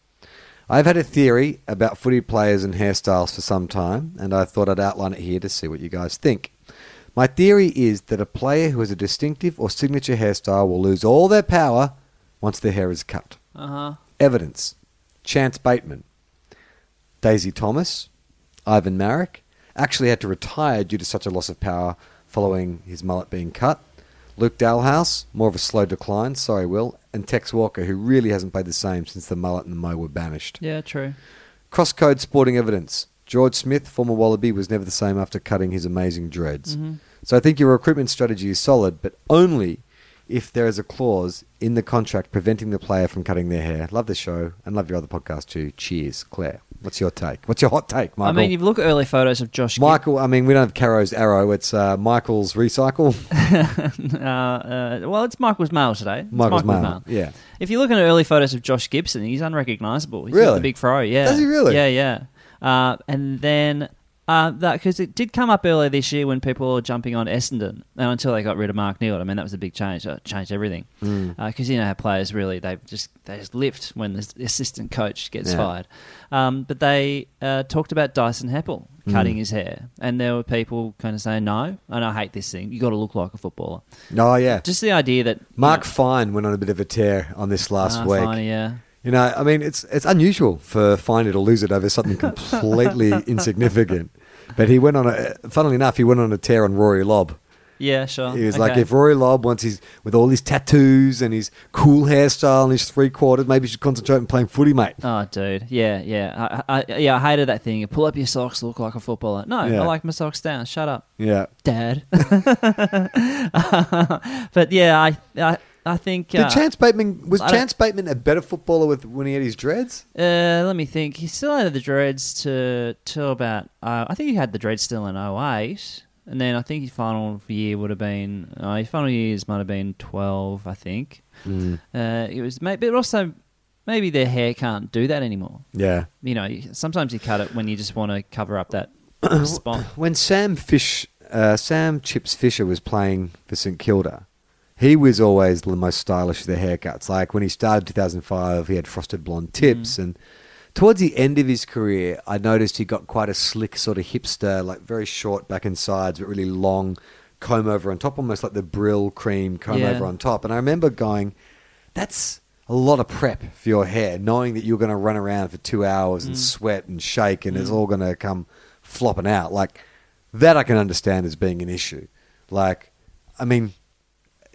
Speaker 3: I've had a theory about footy players and hairstyles for some time, and I thought I'd outline it here to see what you guys think. My theory is that a player who has a distinctive or signature hairstyle will lose all their power once their hair is cut.
Speaker 4: Uh huh.
Speaker 3: Evidence Chance Bateman, Daisy Thomas, Ivan Marek actually had to retire due to such a loss of power following his mullet being cut. Luke Dalhouse, more of a slow decline, sorry, Will, and Tex Walker, who really hasn't played the same since the mullet and the mo were banished.
Speaker 4: Yeah, true.
Speaker 3: Crosscode sporting evidence. George Smith, former Wallaby, was never the same after cutting his amazing dreads.
Speaker 4: Mm-hmm.
Speaker 3: So I think your recruitment strategy is solid, but only if there is a clause in the contract preventing the player from cutting their hair. Love the show and love your other podcast too. Cheers, Claire. What's your take? What's your hot take, Michael?
Speaker 4: I mean, if you look at early photos of Josh. Gibb-
Speaker 3: Michael, I mean, we don't have Caro's arrow. It's uh, Michael's recycle.
Speaker 4: uh, uh, well, it's Michael's mail today. It's
Speaker 3: Michael's mail, yeah.
Speaker 4: If you look at early photos of Josh Gibson, he's unrecognizable. He's got
Speaker 3: Really?
Speaker 4: the big fro. Yeah.
Speaker 3: Does he really?
Speaker 4: Yeah, yeah. Uh, and then Uh, that because it did come up earlier this year when people were jumping on Essendon, and until they got rid of Mark Neal, I mean that was a big change. That changed everything because
Speaker 3: Hmm.
Speaker 4: you know how players really they just they just lift when the assistant coach gets
Speaker 3: Yeah.
Speaker 4: fired. Um, but they uh, talked about Dyson Heppel
Speaker 3: Hmm.
Speaker 4: cutting his hair, and there were people kind of saying no, and I hate this thing. You got to look like a footballer.
Speaker 3: Oh yeah,
Speaker 4: Just the idea that
Speaker 3: Mark Fine went on a bit of a tear on this last
Speaker 4: Ah,
Speaker 3: week.
Speaker 4: fine, yeah.
Speaker 3: You know, I mean, it's it's unusual for Finer to lose it over something completely insignificant. But he went on a, funnily enough, he went on a tear on Rory Lobb.
Speaker 4: Yeah, sure.
Speaker 3: He was
Speaker 4: Okay.
Speaker 3: like, if Rory Lobb, once he's with all his tattoos and his cool hairstyle and his three quarters, maybe he should concentrate on playing footy, mate.
Speaker 4: Oh, dude, yeah, yeah, I, I, yeah. I hated that thing. You pull up your socks, look like a footballer. No,
Speaker 3: Yeah.
Speaker 4: I like my socks down. Shut up,
Speaker 3: Yeah.
Speaker 4: Dad. but yeah, I, I, I think. Uh,
Speaker 3: Did Chance Bateman was
Speaker 4: I don't-
Speaker 3: Chance Bateman a better footballer with when he had his dreads?
Speaker 4: uh, let me think. He still had the dreads to till about. Uh, I think he had the dreads still in 08. and then I think his final year would have been. Uh, his final years might have been twelve, I think.
Speaker 3: Mm.
Speaker 4: Uh, it was, maybe, but also maybe their hair can't do that anymore.
Speaker 3: Yeah.
Speaker 4: you know, sometimes you cut it when you just want to cover up that spot.
Speaker 3: When Sam Fish, uh, Sam Chips Fisher was playing for St Kilda, he was always the most stylish of the haircuts. Like when he started 2005, he had frosted blonde tips, and towards the end of his career, I noticed he got quite a slick sort of hipster, like very short back and sides, but really long comb over on top, almost like the Brill cream comb
Speaker 4: Yeah.
Speaker 3: over on top. And I remember going, "That's." A lot of prep for your hair, knowing that you're going to run around for two hours
Speaker 4: Mm.
Speaker 3: and sweat and shake, and it's all going to come flopping out. Like that, I can understand as being an issue. Like, I mean,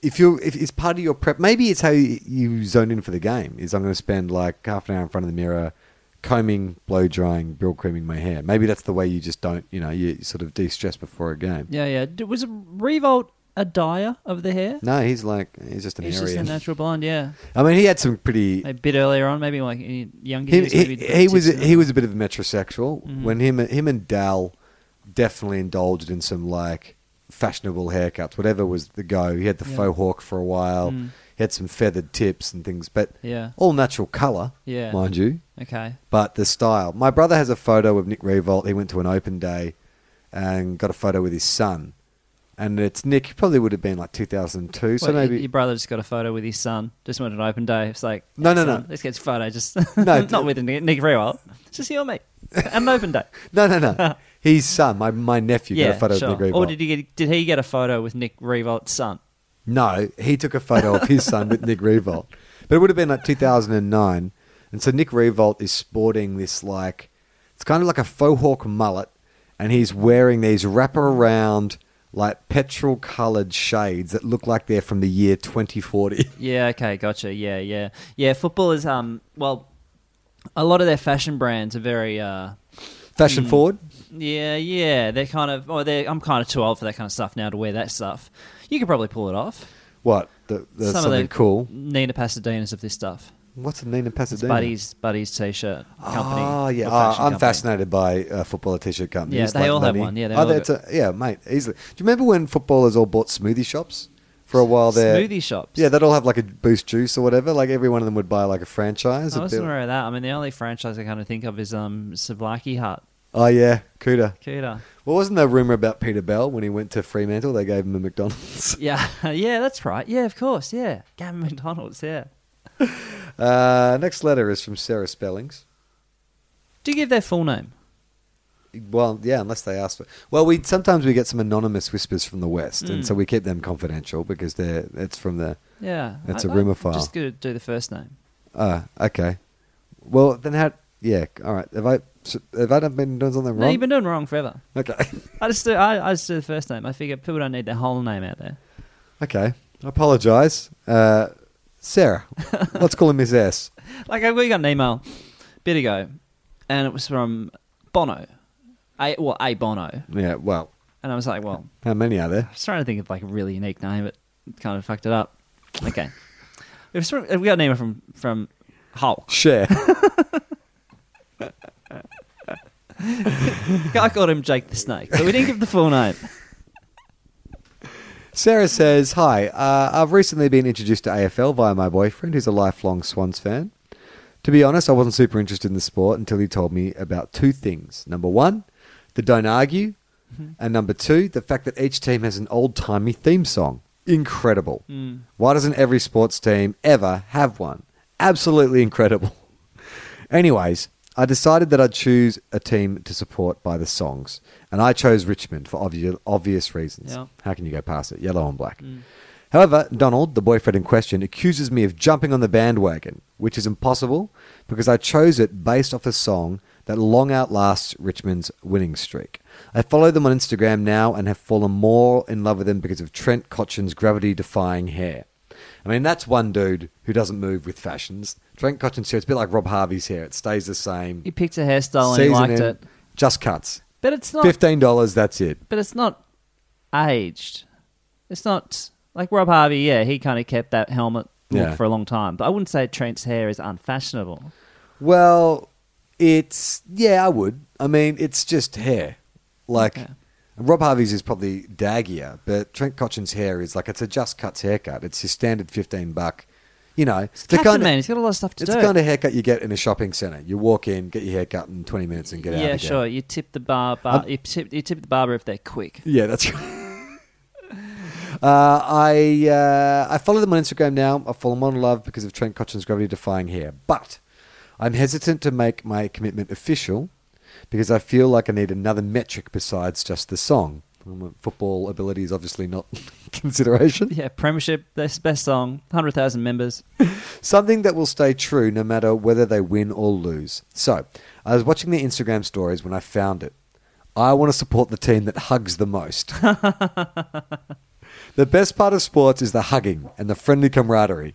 Speaker 3: if you if it's part of your prep, maybe it's how you, you zone in for the game. Is I'm going to spend like half an hour in front of the mirror, combing, blow drying, brill creaming my hair. Maybe that's the way you just don't, you know, you sort of de stress before a game.
Speaker 4: Yeah, yeah. D- Was Revolt a dyer of the hair?
Speaker 3: No, he's like he's just an
Speaker 4: He's just
Speaker 3: area.
Speaker 4: a natural blonde, yeah.
Speaker 3: I mean, he had some pretty.
Speaker 4: A bit earlier on, maybe like in younger
Speaker 3: He,
Speaker 4: years.
Speaker 3: he,
Speaker 4: maybe
Speaker 3: he was
Speaker 4: tips-
Speaker 3: he was a bit of a metrosexual
Speaker 4: Mm-hmm.
Speaker 3: when him him and Dal definitely indulged in some like fashionable haircuts, whatever was the go. He had the
Speaker 4: Yeah.
Speaker 3: faux hawk for a while.
Speaker 4: Mm.
Speaker 3: He had some feathered tips and things, but
Speaker 4: Yeah.
Speaker 3: all natural color,
Speaker 4: Yeah.
Speaker 3: mind you.
Speaker 4: Okay.
Speaker 3: but the style. My brother has a photo of Nick Revolt. He went to an open day and got a photo with his son. And it's Nick, he probably would have been like 2002. so
Speaker 4: Well, y-
Speaker 3: maybe.
Speaker 4: your brother just got a photo with his son. Just went on an open day. It's like
Speaker 3: No,
Speaker 4: hey,
Speaker 3: no, no.
Speaker 4: son, Let's get a photo. Just
Speaker 3: No,
Speaker 4: not with Nick, Nick Revolt. Just you and me. An open day.
Speaker 3: no, no, no. his son, my, my nephew,
Speaker 4: yeah,
Speaker 3: got a photo
Speaker 4: sure.
Speaker 3: of Nick Revolt.
Speaker 4: or did he get? Did he get a photo with Nick Revolt's son?
Speaker 3: No, he took a photo of his son with Nick Revolt. But it would have been like 2009. And so Nick Revolt is sporting this, like, it's kind of like a faux hawk mullet. And he's wearing these wraparound, like, petrol colored shades that look like they're from the year 2040.
Speaker 4: Yeah, okay, gotcha. Yeah, yeah. Yeah, football is um well a lot of their fashion brands are very uh
Speaker 3: Fashion forward?
Speaker 4: yeah, yeah. They're kind of or they are I'm kinda too old for that kind of stuff now to wear that stuff. You could probably pull it off.
Speaker 3: What? The, the, something cool.
Speaker 4: Nina Pasadena's of this stuff.
Speaker 3: What's the name in
Speaker 4: It's
Speaker 3: Pasadena?
Speaker 4: Buddy's Buddy's T shirt company.
Speaker 3: Oh yeah,
Speaker 4: or
Speaker 3: Ah, I'm
Speaker 4: fashion company.
Speaker 3: fascinated by uh, footballer t-shirt companies.
Speaker 4: Yeah, they all have one. Yeah, they
Speaker 3: oh,
Speaker 4: all
Speaker 3: that's a, yeah, mate, easily. Do you remember when footballers all bought smoothie shops for a while? There,
Speaker 4: Smoothie shops.
Speaker 3: Yeah, they'd all have like a Boost Juice or whatever. Like every one of them would buy like a franchise. It'd be
Speaker 4: I Oh, wasn't
Speaker 3: like-
Speaker 4: aware of that. I mean the only franchise I kinda think of is um Savlaki Hut.
Speaker 3: oh yeah, Cuda.
Speaker 4: Kuda.
Speaker 3: Well, wasn't there a rumor about Peter Bell when he went to Fremantle? They gave him a McDonald's.
Speaker 4: Yeah, yeah, that's right. Yeah, of course, yeah. Gavin McDonald's, yeah.
Speaker 3: Uh, next letter is from Sarah Spellings.
Speaker 4: Do you give their full name?
Speaker 3: Well, yeah, unless they ask for. Well, we sometimes we get some anonymous whispers from the West,
Speaker 4: Hmm.
Speaker 3: and so we keep them confidential because they're it's from the.
Speaker 4: Yeah,
Speaker 3: That's
Speaker 4: a
Speaker 3: a rumour file.
Speaker 4: Just gonna do the first name.
Speaker 3: Uh, okay. Well, then how? Yeah, all right. Have I s- have I done been doing something
Speaker 4: No,
Speaker 3: wrong?
Speaker 4: you've been doing wrong forever.
Speaker 3: okay,
Speaker 4: I just do. I, I just do the first name. I figure people don't need their whole name out there.
Speaker 3: okay. I apologise, uh, Sarah. let's call her Miss S.
Speaker 4: Like I, we got an email a bit ago, and it was from Bono, a well a Bono,
Speaker 3: Yeah. Well,
Speaker 4: and I was like, well,
Speaker 3: how many are there?
Speaker 4: I was trying to think of like a really unique name, but kind of fucked it up. Okay, it was from, we got an email from from Hulk.
Speaker 3: Share.
Speaker 4: I called him Jake the Snake, but we didn't give the full name.
Speaker 3: Sarah says, Hi, uh, I've recently been introduced to AFL via my boyfriend, who's a lifelong Swans fan. To be honest, I wasn't super interested in the sport until he told me about two things. Number one, the don't argue, and number two, the fact that each team has an old timey theme song. Incredible. Why doesn't every sports team ever have one? Absolutely incredible. Anyways, I decided that I'd choose a team to support by the songs, and I chose Richmond for obvious, obvious reasons.
Speaker 4: Yeah.
Speaker 3: How can you go past it? Yellow and black.
Speaker 4: Mm.
Speaker 3: However, Donald, the boyfriend in question, accuses me of jumping on the bandwagon, which is impossible because I chose it based off a song that long outlasts Richmond's winning streak. I follow them on Instagram now and have fallen more in love with them because of Trent Cotchin's gravity defying hair. I mean, that's one dude who doesn't move with fashions. Trent Cotchin's hair, it's a bit like Rob Harvey's hair, it stays the same.
Speaker 4: He picked a hairstyle and he liked
Speaker 3: in,
Speaker 4: it, Oh.
Speaker 3: Just cuts.
Speaker 4: but it's not.
Speaker 3: $15, that's it.
Speaker 4: But it's not aged. It's not like Rob Harvey. Yeah, he kind of kept that helmet look
Speaker 3: Yeah.
Speaker 4: for a long time. But I wouldn't say Trent's hair is unfashionable.
Speaker 3: Well, it's yeah, I would. I mean, it's just hair. Like
Speaker 4: Okay.
Speaker 3: Rob Harvey's is probably daggier, but Trent Cotchin's hair is like it's a just cuts haircut. It's his standard fifteen buck. You know, it's
Speaker 4: Captain man, he's got a lot of stuff to
Speaker 3: it's
Speaker 4: do.
Speaker 3: the kind of haircut you get in a shopping center. You walk in, get your hair cut in twenty minutes, and get Um, out.
Speaker 4: yeah,
Speaker 3: again.
Speaker 4: sure. You tip the bar, bar you, tip, you tip the barber if they're quick.
Speaker 3: Yeah, that's right. Uh, I uh, I follow them on Instagram now. I follow them on love because of Trent Cotchin's gravity defying hair. But I'm hesitant to make my commitment official because I feel like I need another metric besides just the song. Um, Football ability is obviously not consideration.
Speaker 4: Yeah, Premiership, that's best song, hundred thousand members.
Speaker 3: Something that will stay true no matter whether they win or lose. So, I was watching their Instagram stories when I found it. I want to support the team that hugs the most. the best part of sports is the hugging and the friendly camaraderie.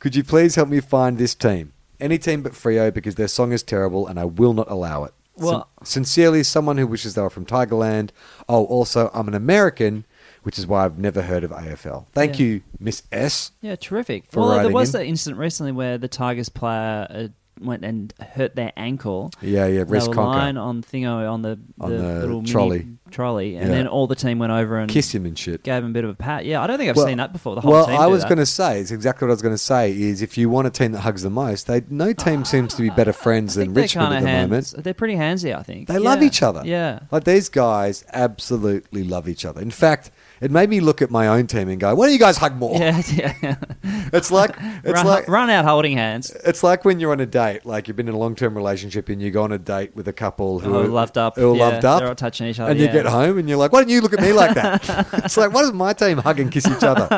Speaker 3: Could you please help me find this team? Any team but Frio because their song is terrible and I will not allow it. Sin-
Speaker 4: Well-
Speaker 3: sincerely, someone who wishes they were from Tigerland. Oh, also, I'm an American, which is why I've never heard of AFL. Thank
Speaker 4: Yeah.
Speaker 3: you, Miss S.
Speaker 4: Yeah, terrific.
Speaker 3: For
Speaker 4: well, there
Speaker 3: riding
Speaker 4: was
Speaker 3: in.
Speaker 4: that incident recently where the Tigers player uh, went and hurt their ankle.
Speaker 3: Yeah, yeah,
Speaker 4: they
Speaker 3: Reese
Speaker 4: were
Speaker 3: Conker.
Speaker 4: lying on thingo on the,
Speaker 3: On
Speaker 4: the
Speaker 3: the
Speaker 4: little mini
Speaker 3: trolley.
Speaker 4: trolley, and
Speaker 3: Yeah.
Speaker 4: then all the team went over and
Speaker 3: kiss him and shit.
Speaker 4: gave him a bit of a pat. Yeah, I don't think I've seen that before. The whole
Speaker 3: well,
Speaker 4: team
Speaker 3: I
Speaker 4: do
Speaker 3: was
Speaker 4: that.
Speaker 3: going to say it's exactly what I was going to say is if you want a team that hugs the most, they no team seems to be better friends
Speaker 4: I think
Speaker 3: than
Speaker 4: they're
Speaker 3: Richmond
Speaker 4: kinda
Speaker 3: at the
Speaker 4: hands,
Speaker 3: moment.
Speaker 4: They're pretty handsy, I think.
Speaker 3: They love
Speaker 4: Yeah.
Speaker 3: each other.
Speaker 4: Yeah.
Speaker 3: like these guys absolutely love each other. In fact, it made me look at my own team and go, "Why don't you guys hug more?"
Speaker 4: Yeah, yeah.
Speaker 3: It's like Oh. it's
Speaker 4: run,
Speaker 3: like
Speaker 4: run out holding hands.
Speaker 3: it's like when you're on a date, like you've been in a long term relationship and you go on a date with a couple who
Speaker 4: Who
Speaker 3: are
Speaker 4: Oh, loved up,
Speaker 3: who are
Speaker 4: yeah,
Speaker 3: loved up,
Speaker 4: they're all touching each other,
Speaker 3: and
Speaker 4: yeah.
Speaker 3: you get home and you're like, why don't you look at me like that? it's like, why does my team hug and kiss each other?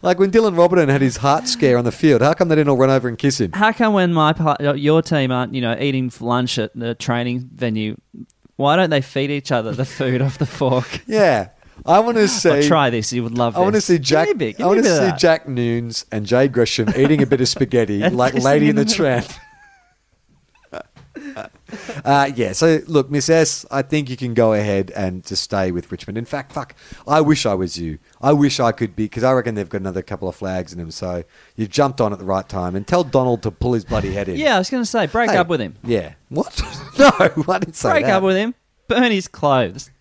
Speaker 3: like when Dylan Robertson had his heart scare on the field, how come they didn't all run over and kiss him?
Speaker 4: How come when my part, your team aren't you know eating lunch at the training venue, why don't they feed each other the food off the fork?
Speaker 3: Yeah, I want to see.
Speaker 4: Oh, try this, you would love.
Speaker 3: I want to
Speaker 4: this.
Speaker 3: see
Speaker 4: Give
Speaker 3: Jack.
Speaker 4: me a bit, give
Speaker 3: I
Speaker 4: me a
Speaker 3: want
Speaker 4: bit
Speaker 3: to
Speaker 4: of
Speaker 3: see
Speaker 4: that.
Speaker 3: Jack Noons and Jay Gresham eating a bit of spaghetti
Speaker 4: And
Speaker 3: like
Speaker 4: kissing
Speaker 3: Lady
Speaker 4: in
Speaker 3: in the
Speaker 4: the-
Speaker 3: Tramp. uh, yeah. So look, Miss S, I think you can go ahead and just stay with Richmond. In fact, fuck, I wish I was you. I wish I could be because I reckon they've got another couple of flags in them. So you jumped on at the right time and tell Donald to pull his bloody head in.
Speaker 4: Yeah, I was going to say, break
Speaker 3: Hey,
Speaker 4: up with him.
Speaker 3: Yeah. What? no, I didn't say
Speaker 4: Break
Speaker 3: that.
Speaker 4: up with him. Burn his clothes.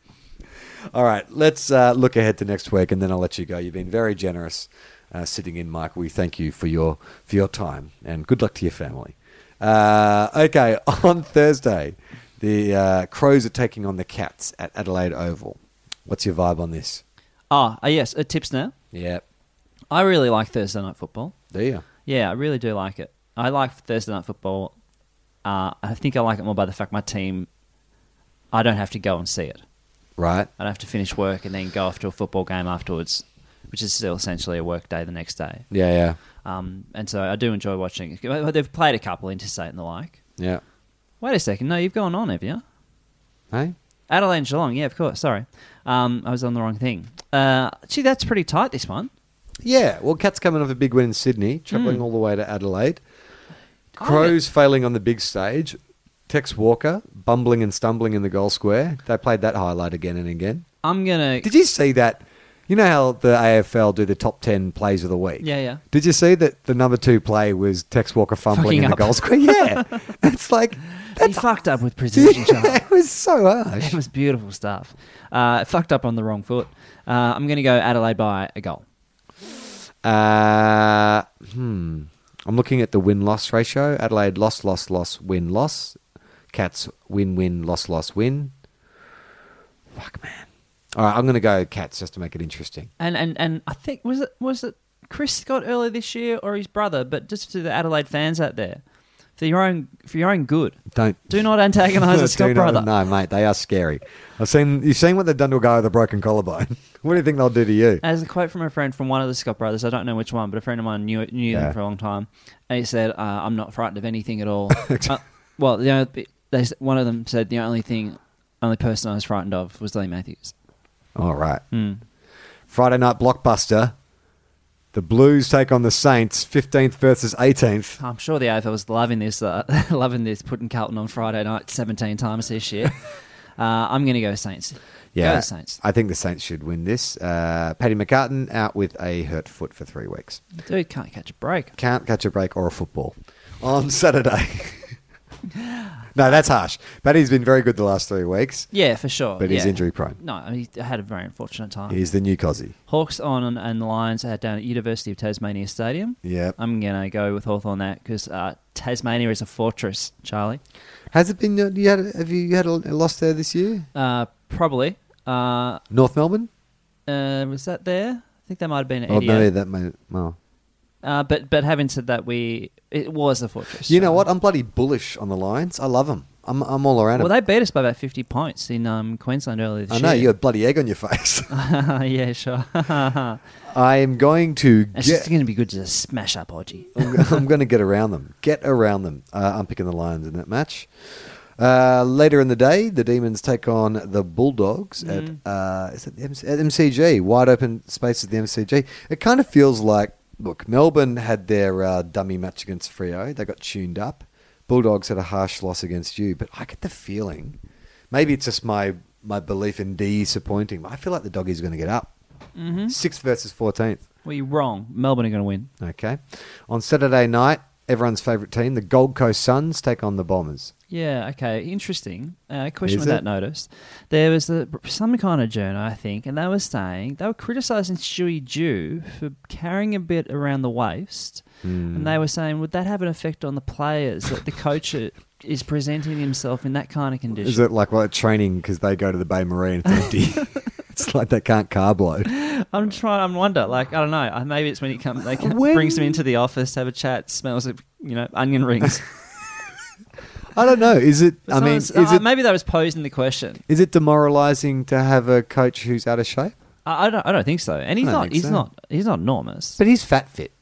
Speaker 3: All right, let's uh, look ahead to next week, and then I'll let you go. You've been very generous uh, sitting in, Mike. We thank you for your for your time, and good luck to your family. Uh, okay, on Thursday, the uh, Crows are taking on the Cats at Adelaide Oval. What's your vibe on this?
Speaker 4: Ah, uh, yes, uh, tips now.
Speaker 3: Yeah,
Speaker 4: I really like Thursday night football.
Speaker 3: there you. are.
Speaker 4: Yeah, I really do like it. I like Thursday night football. Uh, I think I like it more by the fact my team. I don't have to go and see it.
Speaker 3: Right.
Speaker 4: I don't have to finish work and then go off to a football game afterwards, which is still essentially a work day the next day.
Speaker 3: Yeah, yeah,
Speaker 4: Um, and so I do enjoy watching. They've played a couple interstate and the like.
Speaker 3: yeah.
Speaker 4: Wait a second, no, you've gone on, have you?
Speaker 3: Hey,
Speaker 4: Adelaide and Geelong, yeah, of course. Sorry, um, I was on the wrong thing. Uh, gee, that's pretty tight. This one.
Speaker 3: yeah. Well, Cats coming off a big win in Sydney,
Speaker 4: Mm.
Speaker 3: travelling all the way to Adelaide.
Speaker 4: Oh,
Speaker 3: Crows failing on the big stage. Tex Walker bumbling and stumbling in the goal square. They played that highlight again and again.
Speaker 4: I'm gonna.
Speaker 3: Did you see that? You know how the AFL do the top 10 plays of the week?
Speaker 4: Yeah, yeah.
Speaker 3: Did you see that the number two play was Tex Walker fumbling
Speaker 4: Fucking
Speaker 3: in the
Speaker 4: up.
Speaker 3: goal square? Yeah. it's like,
Speaker 4: he fucked up with precision charge.
Speaker 3: it was so harsh.
Speaker 4: It was beautiful stuff. Uh, it fucked up on the wrong foot. Uh, I'm going to go Adelaide by a goal.
Speaker 3: Uh, hmm. I'm looking at the win loss ratio. Adelaide loss, loss, loss, win, loss. Cats win, win, loss, loss, win. Fuck, man. All right, I'm going to go Cats just to make it interesting.
Speaker 4: and and and I think was it was it Chris Scott earlier this year or his brother, but just to the Adelaide fans out there, for your own for your own good,
Speaker 3: Don't
Speaker 4: do not antagonise a Scott
Speaker 3: Do not-
Speaker 4: brother.
Speaker 3: No, mate, they are scary. I've seen you've seen what they've done to a guy with a broken collarbone. what do you think they'll do to you?
Speaker 4: As a quote from a friend from one of the Scott brothers, I don't know which one, but a friend of mine knew knew
Speaker 3: Yeah.
Speaker 4: them for a long time, and he said, uh, "I'm not frightened of anything at all." uh, well, the only, they, s- one of them said the only thing, only person I was frightened of was Lee Matthews.
Speaker 3: All right. Friday night blockbuster. The Blues take on the Saints, fifteenth versus eighteenth.
Speaker 4: I'm sure the AFL was loving this, uh, loving this, putting Carlton on Friday night 17 times this year. uh, I'm going to go Saints. go Saints.
Speaker 3: I think the Saints should win this. Uh, Paddy McCartan out with a hurt foot for three weeks.
Speaker 4: Dude can't catch a break.
Speaker 3: Can't catch a break or a football on Saturday. no, that's harsh. Paddy's been very good the last three weeks,
Speaker 4: Yeah, for sure.
Speaker 3: but he's
Speaker 4: yeah.
Speaker 3: injury prone.
Speaker 4: No, he had a very unfortunate time.
Speaker 3: He's the new Cozzy.
Speaker 4: Hawks on and, and the Lions are down at uh, University of Tasmania Stadium.
Speaker 3: Yep.
Speaker 4: I'm going to go with Hawthorn on that because uh, Tasmania is a fortress, Charlie.
Speaker 3: Has it been? uh, You had, have you had a loss there this year?
Speaker 4: Uh, probably. Uh,
Speaker 3: North Melbourne?
Speaker 4: uh, was that there? I think that might have been at
Speaker 3: Oh,
Speaker 4: 88.
Speaker 3: maybe that may. Well,
Speaker 4: uh, but, but having said that, we it was a fortress.
Speaker 3: you know
Speaker 4: so-
Speaker 3: what? I'm bloody bullish on the Lions. I love them. I'm, I'm all around
Speaker 4: Well,
Speaker 3: 'em.
Speaker 4: they beat us by about 50 points in um, Queensland earlier this
Speaker 3: I know you
Speaker 4: year.
Speaker 3: had bloody egg on your face.
Speaker 4: I know, you Yeah, sure.
Speaker 3: I am going to
Speaker 4: it's
Speaker 3: get.
Speaker 4: just going to be good to just smash up Odgie.
Speaker 3: I'm going to get around them. Get around them. Uh, I'm picking the Lions in that match. Uh, later in the day, the Demons take on the Bulldogs at, uh, is it the MC- at MCG. Wide open space at the MCG. It kind of feels like, look, Melbourne had their uh, dummy match against Frio. They got tuned up. Bulldogs had a harsh loss against you, but I get the feeling, maybe it's just my my belief in disappointing. but I feel like the doggies are going to get up. Sixth versus fourteenth.
Speaker 4: Well, you're wrong. Melbourne are going to win.
Speaker 3: Okay. On Saturday night, everyone's favourite team, the Gold Coast Suns, take on the Bombers.
Speaker 4: Yeah, okay. Interesting. Uh, question
Speaker 3: Is
Speaker 4: with that
Speaker 3: it?
Speaker 4: noticed. There was a, some kind of journal, I think, and they were saying they were criticising Stewie Jew for carrying a bit around the waist. And
Speaker 3: Hmm.
Speaker 4: they were saying, would that have an effect on the players that the coach i- is presenting himself in that kind of condition?
Speaker 3: Is it like well, training because they go to the Bay Marine it's empty? it's like they can't carb load.
Speaker 4: I'm trying. I'm wonder. Like I don't know. I- Maybe it's when he comes. They come,
Speaker 3: When-
Speaker 4: brings him into the office, have a chat, smells of you know onion rings.
Speaker 3: I don't know. Is it? I mean,
Speaker 4: Someone's-
Speaker 3: is
Speaker 4: uh,
Speaker 3: it
Speaker 4: maybe that was posing the question.
Speaker 3: is it demoralising to have a coach who's out of shape?
Speaker 4: I, I don't. I don't think so. And he's
Speaker 3: I don't
Speaker 4: not.
Speaker 3: think
Speaker 4: He's
Speaker 3: so.
Speaker 4: not. He's not enormous.
Speaker 3: But he's fat fit.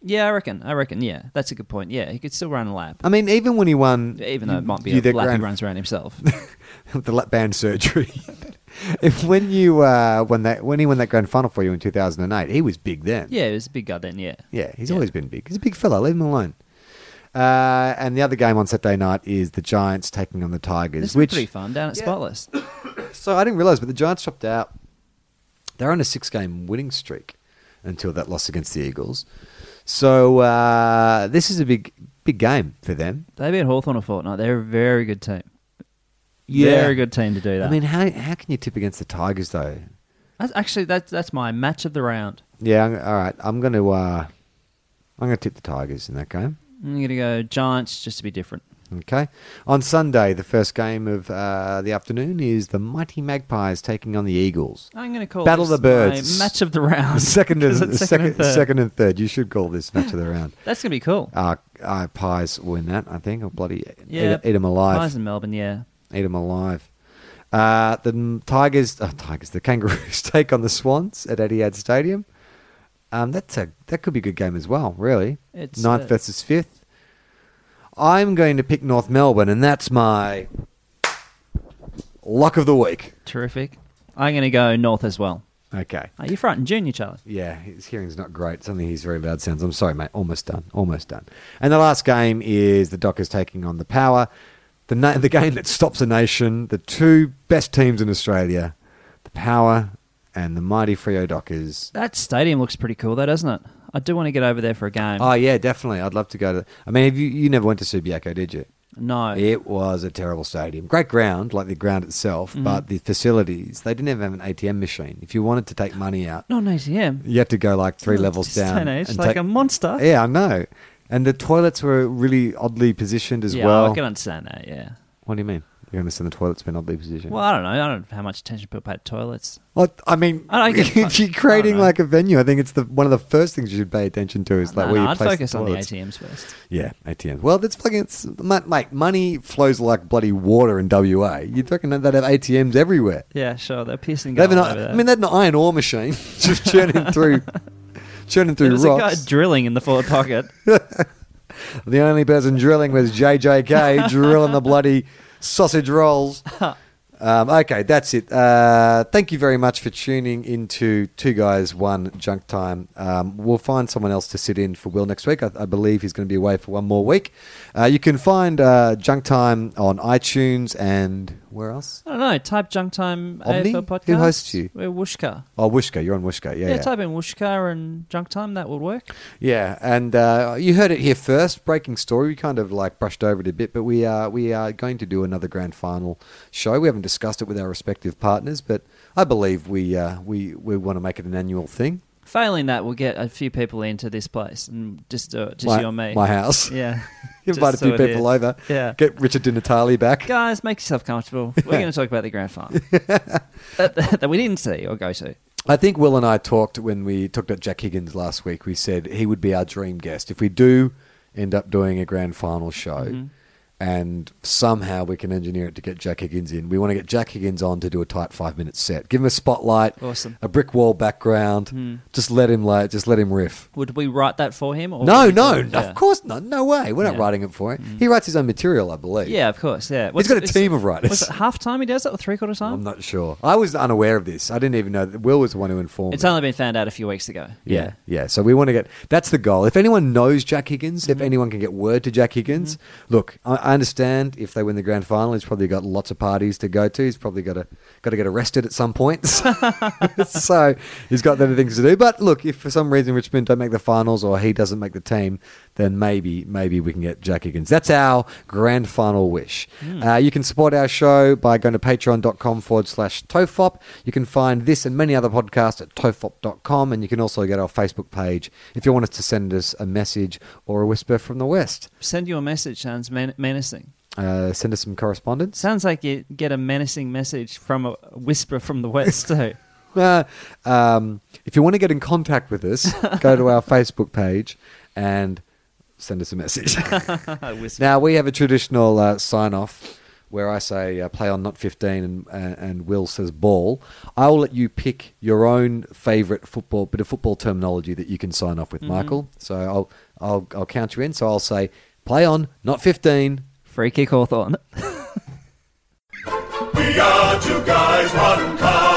Speaker 4: yeah, I reckon. I reckon. Yeah, that's a good point. Yeah, he could still run a lap,
Speaker 3: I mean, even when he won,
Speaker 4: even though it might be
Speaker 3: you-
Speaker 4: a
Speaker 3: the
Speaker 4: lap
Speaker 3: grand-
Speaker 4: he runs around himself.
Speaker 3: the lap band surgery. if when you uh, when that when he won that grand final for you in two thousand and eight, he was big then.
Speaker 4: yeah, he was a big guy then. Yeah.
Speaker 3: Yeah, he's
Speaker 4: Yeah.
Speaker 3: always been big. He's a big fella. Leave him alone. Uh, and the other game on Saturday night is the Giants taking on the Tigers,
Speaker 4: This was
Speaker 3: which
Speaker 4: pretty fun down at
Speaker 3: Yeah.
Speaker 4: Spotless.
Speaker 3: so I didn't realize, but the Giants dropped out. They're on a six-game winning streak until that loss against the Eagles. So uh, this is a big, big game for them.
Speaker 4: They beat Hawthorn a fortnight. They're a very good team. Very good team to do that.
Speaker 3: I mean, how how can you tip against the Tigers though?
Speaker 4: that's actually that's that's my match of the round.
Speaker 3: Yeah, I'm, all right. I'm going to uh, I'm going to tip the Tigers in that game.
Speaker 4: I'm gonna go Giants just to be different.
Speaker 3: Okay. On Sunday, the first game of uh, the afternoon is the Mighty Magpies taking on the Eagles.
Speaker 4: I'm going to call
Speaker 3: Battle
Speaker 4: this
Speaker 3: the birds.
Speaker 4: my match of the round.
Speaker 3: Second and
Speaker 4: 'Cause it's
Speaker 3: second,
Speaker 4: and third.
Speaker 3: second and third. You should call this match of the round.
Speaker 4: That's going to be cool.
Speaker 3: Uh, uh, pies win that, I think. Or bloody
Speaker 4: Yeah,
Speaker 3: eat, eat 'em alive.
Speaker 4: Pies in Melbourne. Yeah,
Speaker 3: Eat 'em alive. Uh, the m- Tigers, oh, Tigers, the Kangaroos take on the Swans at Etihad Stadium. Um, that's a that could be a good game as well. Really,
Speaker 4: It's,
Speaker 3: ninth
Speaker 4: uh,
Speaker 3: versus fifth. I'm going to pick North Melbourne, and that's my luck of the week.
Speaker 4: terrific. I'm going to go north as well.
Speaker 3: Okay.
Speaker 4: Are you frightened, Junior Charlie?
Speaker 3: Yeah, his hearing's not great. Something he's very loud sounds. I'm sorry, mate. Almost done. Almost done. And the last game is the Dockers taking on the Power. The, na- the game that stops a nation. The two best teams in Australia, the Power and the mighty Frio Dockers.
Speaker 4: That stadium looks pretty cool, though, doesn't it? I do want to get over there for a game.
Speaker 3: Oh yeah, definitely. I'd love to go to. I mean, have you you never went to Subiaco, did you?
Speaker 4: no,
Speaker 3: It was a terrible stadium. Great ground, like the ground itself,
Speaker 4: Mm-hmm.
Speaker 3: but the facilities. They didn't even have an ATM machine. If you wanted to take money out,
Speaker 4: not an ATM.
Speaker 3: you had to go like three levels
Speaker 4: Stone
Speaker 3: down.
Speaker 4: Age,
Speaker 3: and
Speaker 4: like
Speaker 3: take-
Speaker 4: a monster.
Speaker 3: Yeah, I know. And the toilets were really oddly positioned as
Speaker 4: yeah,
Speaker 3: well.
Speaker 4: I can understand that. Yeah,
Speaker 3: What do you mean? You're going to send the toilet to an oddly position.
Speaker 4: Well, I don't know. I don't know how much attention people pay to toilets.
Speaker 3: Well, I mean,
Speaker 4: I don't get-
Speaker 3: if you're creating like a venue, I think it's the one of the first things you should pay attention to is like
Speaker 4: no,
Speaker 3: where
Speaker 4: no,
Speaker 3: you
Speaker 4: I'd
Speaker 3: place
Speaker 4: focus
Speaker 3: the
Speaker 4: on the
Speaker 3: toilets.
Speaker 4: ATMs first.
Speaker 3: Yeah, ATMs. Well, that's fucking it's, mo- mate. Money flows like bloody water in WA. You'd reckon that they'd have ATMs everywhere.
Speaker 4: Yeah, sure. They're pissing.
Speaker 3: They have an,
Speaker 4: gold
Speaker 3: I
Speaker 4: over there.
Speaker 3: mean, they had an iron ore machine just churning through, churning
Speaker 4: There
Speaker 3: through
Speaker 4: was a guy
Speaker 3: rocks.
Speaker 4: drilling in the forward pocket.
Speaker 3: the only person drilling was JJK drilling the bloody sausage rolls. Um, okay, that's it. Uh, thank you very much for tuning into Two Guys One Junk Time. Um, we'll find someone else to sit in for Will next week. I, I believe he's going to be away for one more week. Uh, you can find uh, Junk Time on iTunes and where else?
Speaker 4: I don't know. Type junk time
Speaker 3: Omni?
Speaker 4: AFL podcast.
Speaker 3: Who hosts you?
Speaker 4: We're Wooshka.
Speaker 3: Oh, Wishka. You're on Wishka. Yeah,
Speaker 4: Yeah,
Speaker 3: yeah.
Speaker 4: type in Wooshka and junk time. That would work.
Speaker 3: Yeah, and uh, you heard it here first. Breaking story. We kind of like brushed over it a bit, but we are we are going to do another grand final show. We haven't discussed it with our respective partners, but I believe we uh, we we want to make it an annual thing.
Speaker 4: Failing that, we'll get a few people into this place and just do it. Just
Speaker 3: my,
Speaker 4: you and me.
Speaker 3: my house.
Speaker 4: Yeah. Just
Speaker 3: Invite a few
Speaker 4: so it
Speaker 3: people
Speaker 4: is.
Speaker 3: over.
Speaker 4: Yeah.
Speaker 3: Get Richard Di Natale back.
Speaker 4: Guys, make yourself comfortable. We're going to talk about the grand final that, that- that we didn't see or go to.
Speaker 3: I think Will and I talked when we talked about Jack Higgins last week. We said he would be our dream guest if we do end up doing a grand final show,
Speaker 4: Mm-hmm.
Speaker 3: and somehow we can engineer it to get Jack Higgins in. We want to get Jack Higgins on to do a tight five minute set. Give him a spotlight,
Speaker 4: Awesome. Hmm.
Speaker 3: a brick wall background. Just let him like, just let him riff.
Speaker 4: Would we write that for him? Or
Speaker 3: No,
Speaker 4: would we
Speaker 3: no,
Speaker 4: do it? yeah.
Speaker 3: of course not. No way. We're not
Speaker 4: Yeah. Mm-hmm.
Speaker 3: writing it for him. He writes his own material, I believe.
Speaker 4: Yeah, of course. Yeah,
Speaker 3: He's got a team of writers.
Speaker 4: Was it half time he does it or three quarter time?
Speaker 3: I'm not sure. I was unaware of this. I didn't even know. That Will was the one who informed
Speaker 4: it's
Speaker 3: me.
Speaker 4: only been found out a few weeks ago.
Speaker 3: Yeah, yeah. So we want to get that's the goal. If anyone knows Jack Higgins, if anyone can get word to Jack Higgins, look, I, I understand if they win the grand final, he's probably got lots of parties to go to. He's probably got to got to get arrested at some point. so he's got other things to do. But look, if for some reason Richmond don't make the finals or he doesn't make the team, then maybe maybe we can get Jack Higgins. That's our grand final wish. Uh, you can support our show by going to patreon.com forward slash tofop. You can find this and many other podcasts at tofop.com and you can also get our Facebook page if you want us to send us a message or a whisper from the West.
Speaker 4: Send you a message sounds men- menacing.
Speaker 3: Uh, send us some correspondence.
Speaker 4: Sounds like you get a menacing message from a whisper from the west too.
Speaker 3: Uh, um, if you want to get in contact with us, go to our Facebook page and send us a message.
Speaker 4: a whisper.
Speaker 3: Now we have a traditional uh, sign off where I say uh, play on not 15 and, uh, and Will says ball. I will let you pick your own favorite football bit of football terminology that you can sign off with, Michael. So I'll, I'll I'll count you in. So I'll say play on not 15.
Speaker 4: Free kick Hawthorne.
Speaker 1: We are two guys, one car.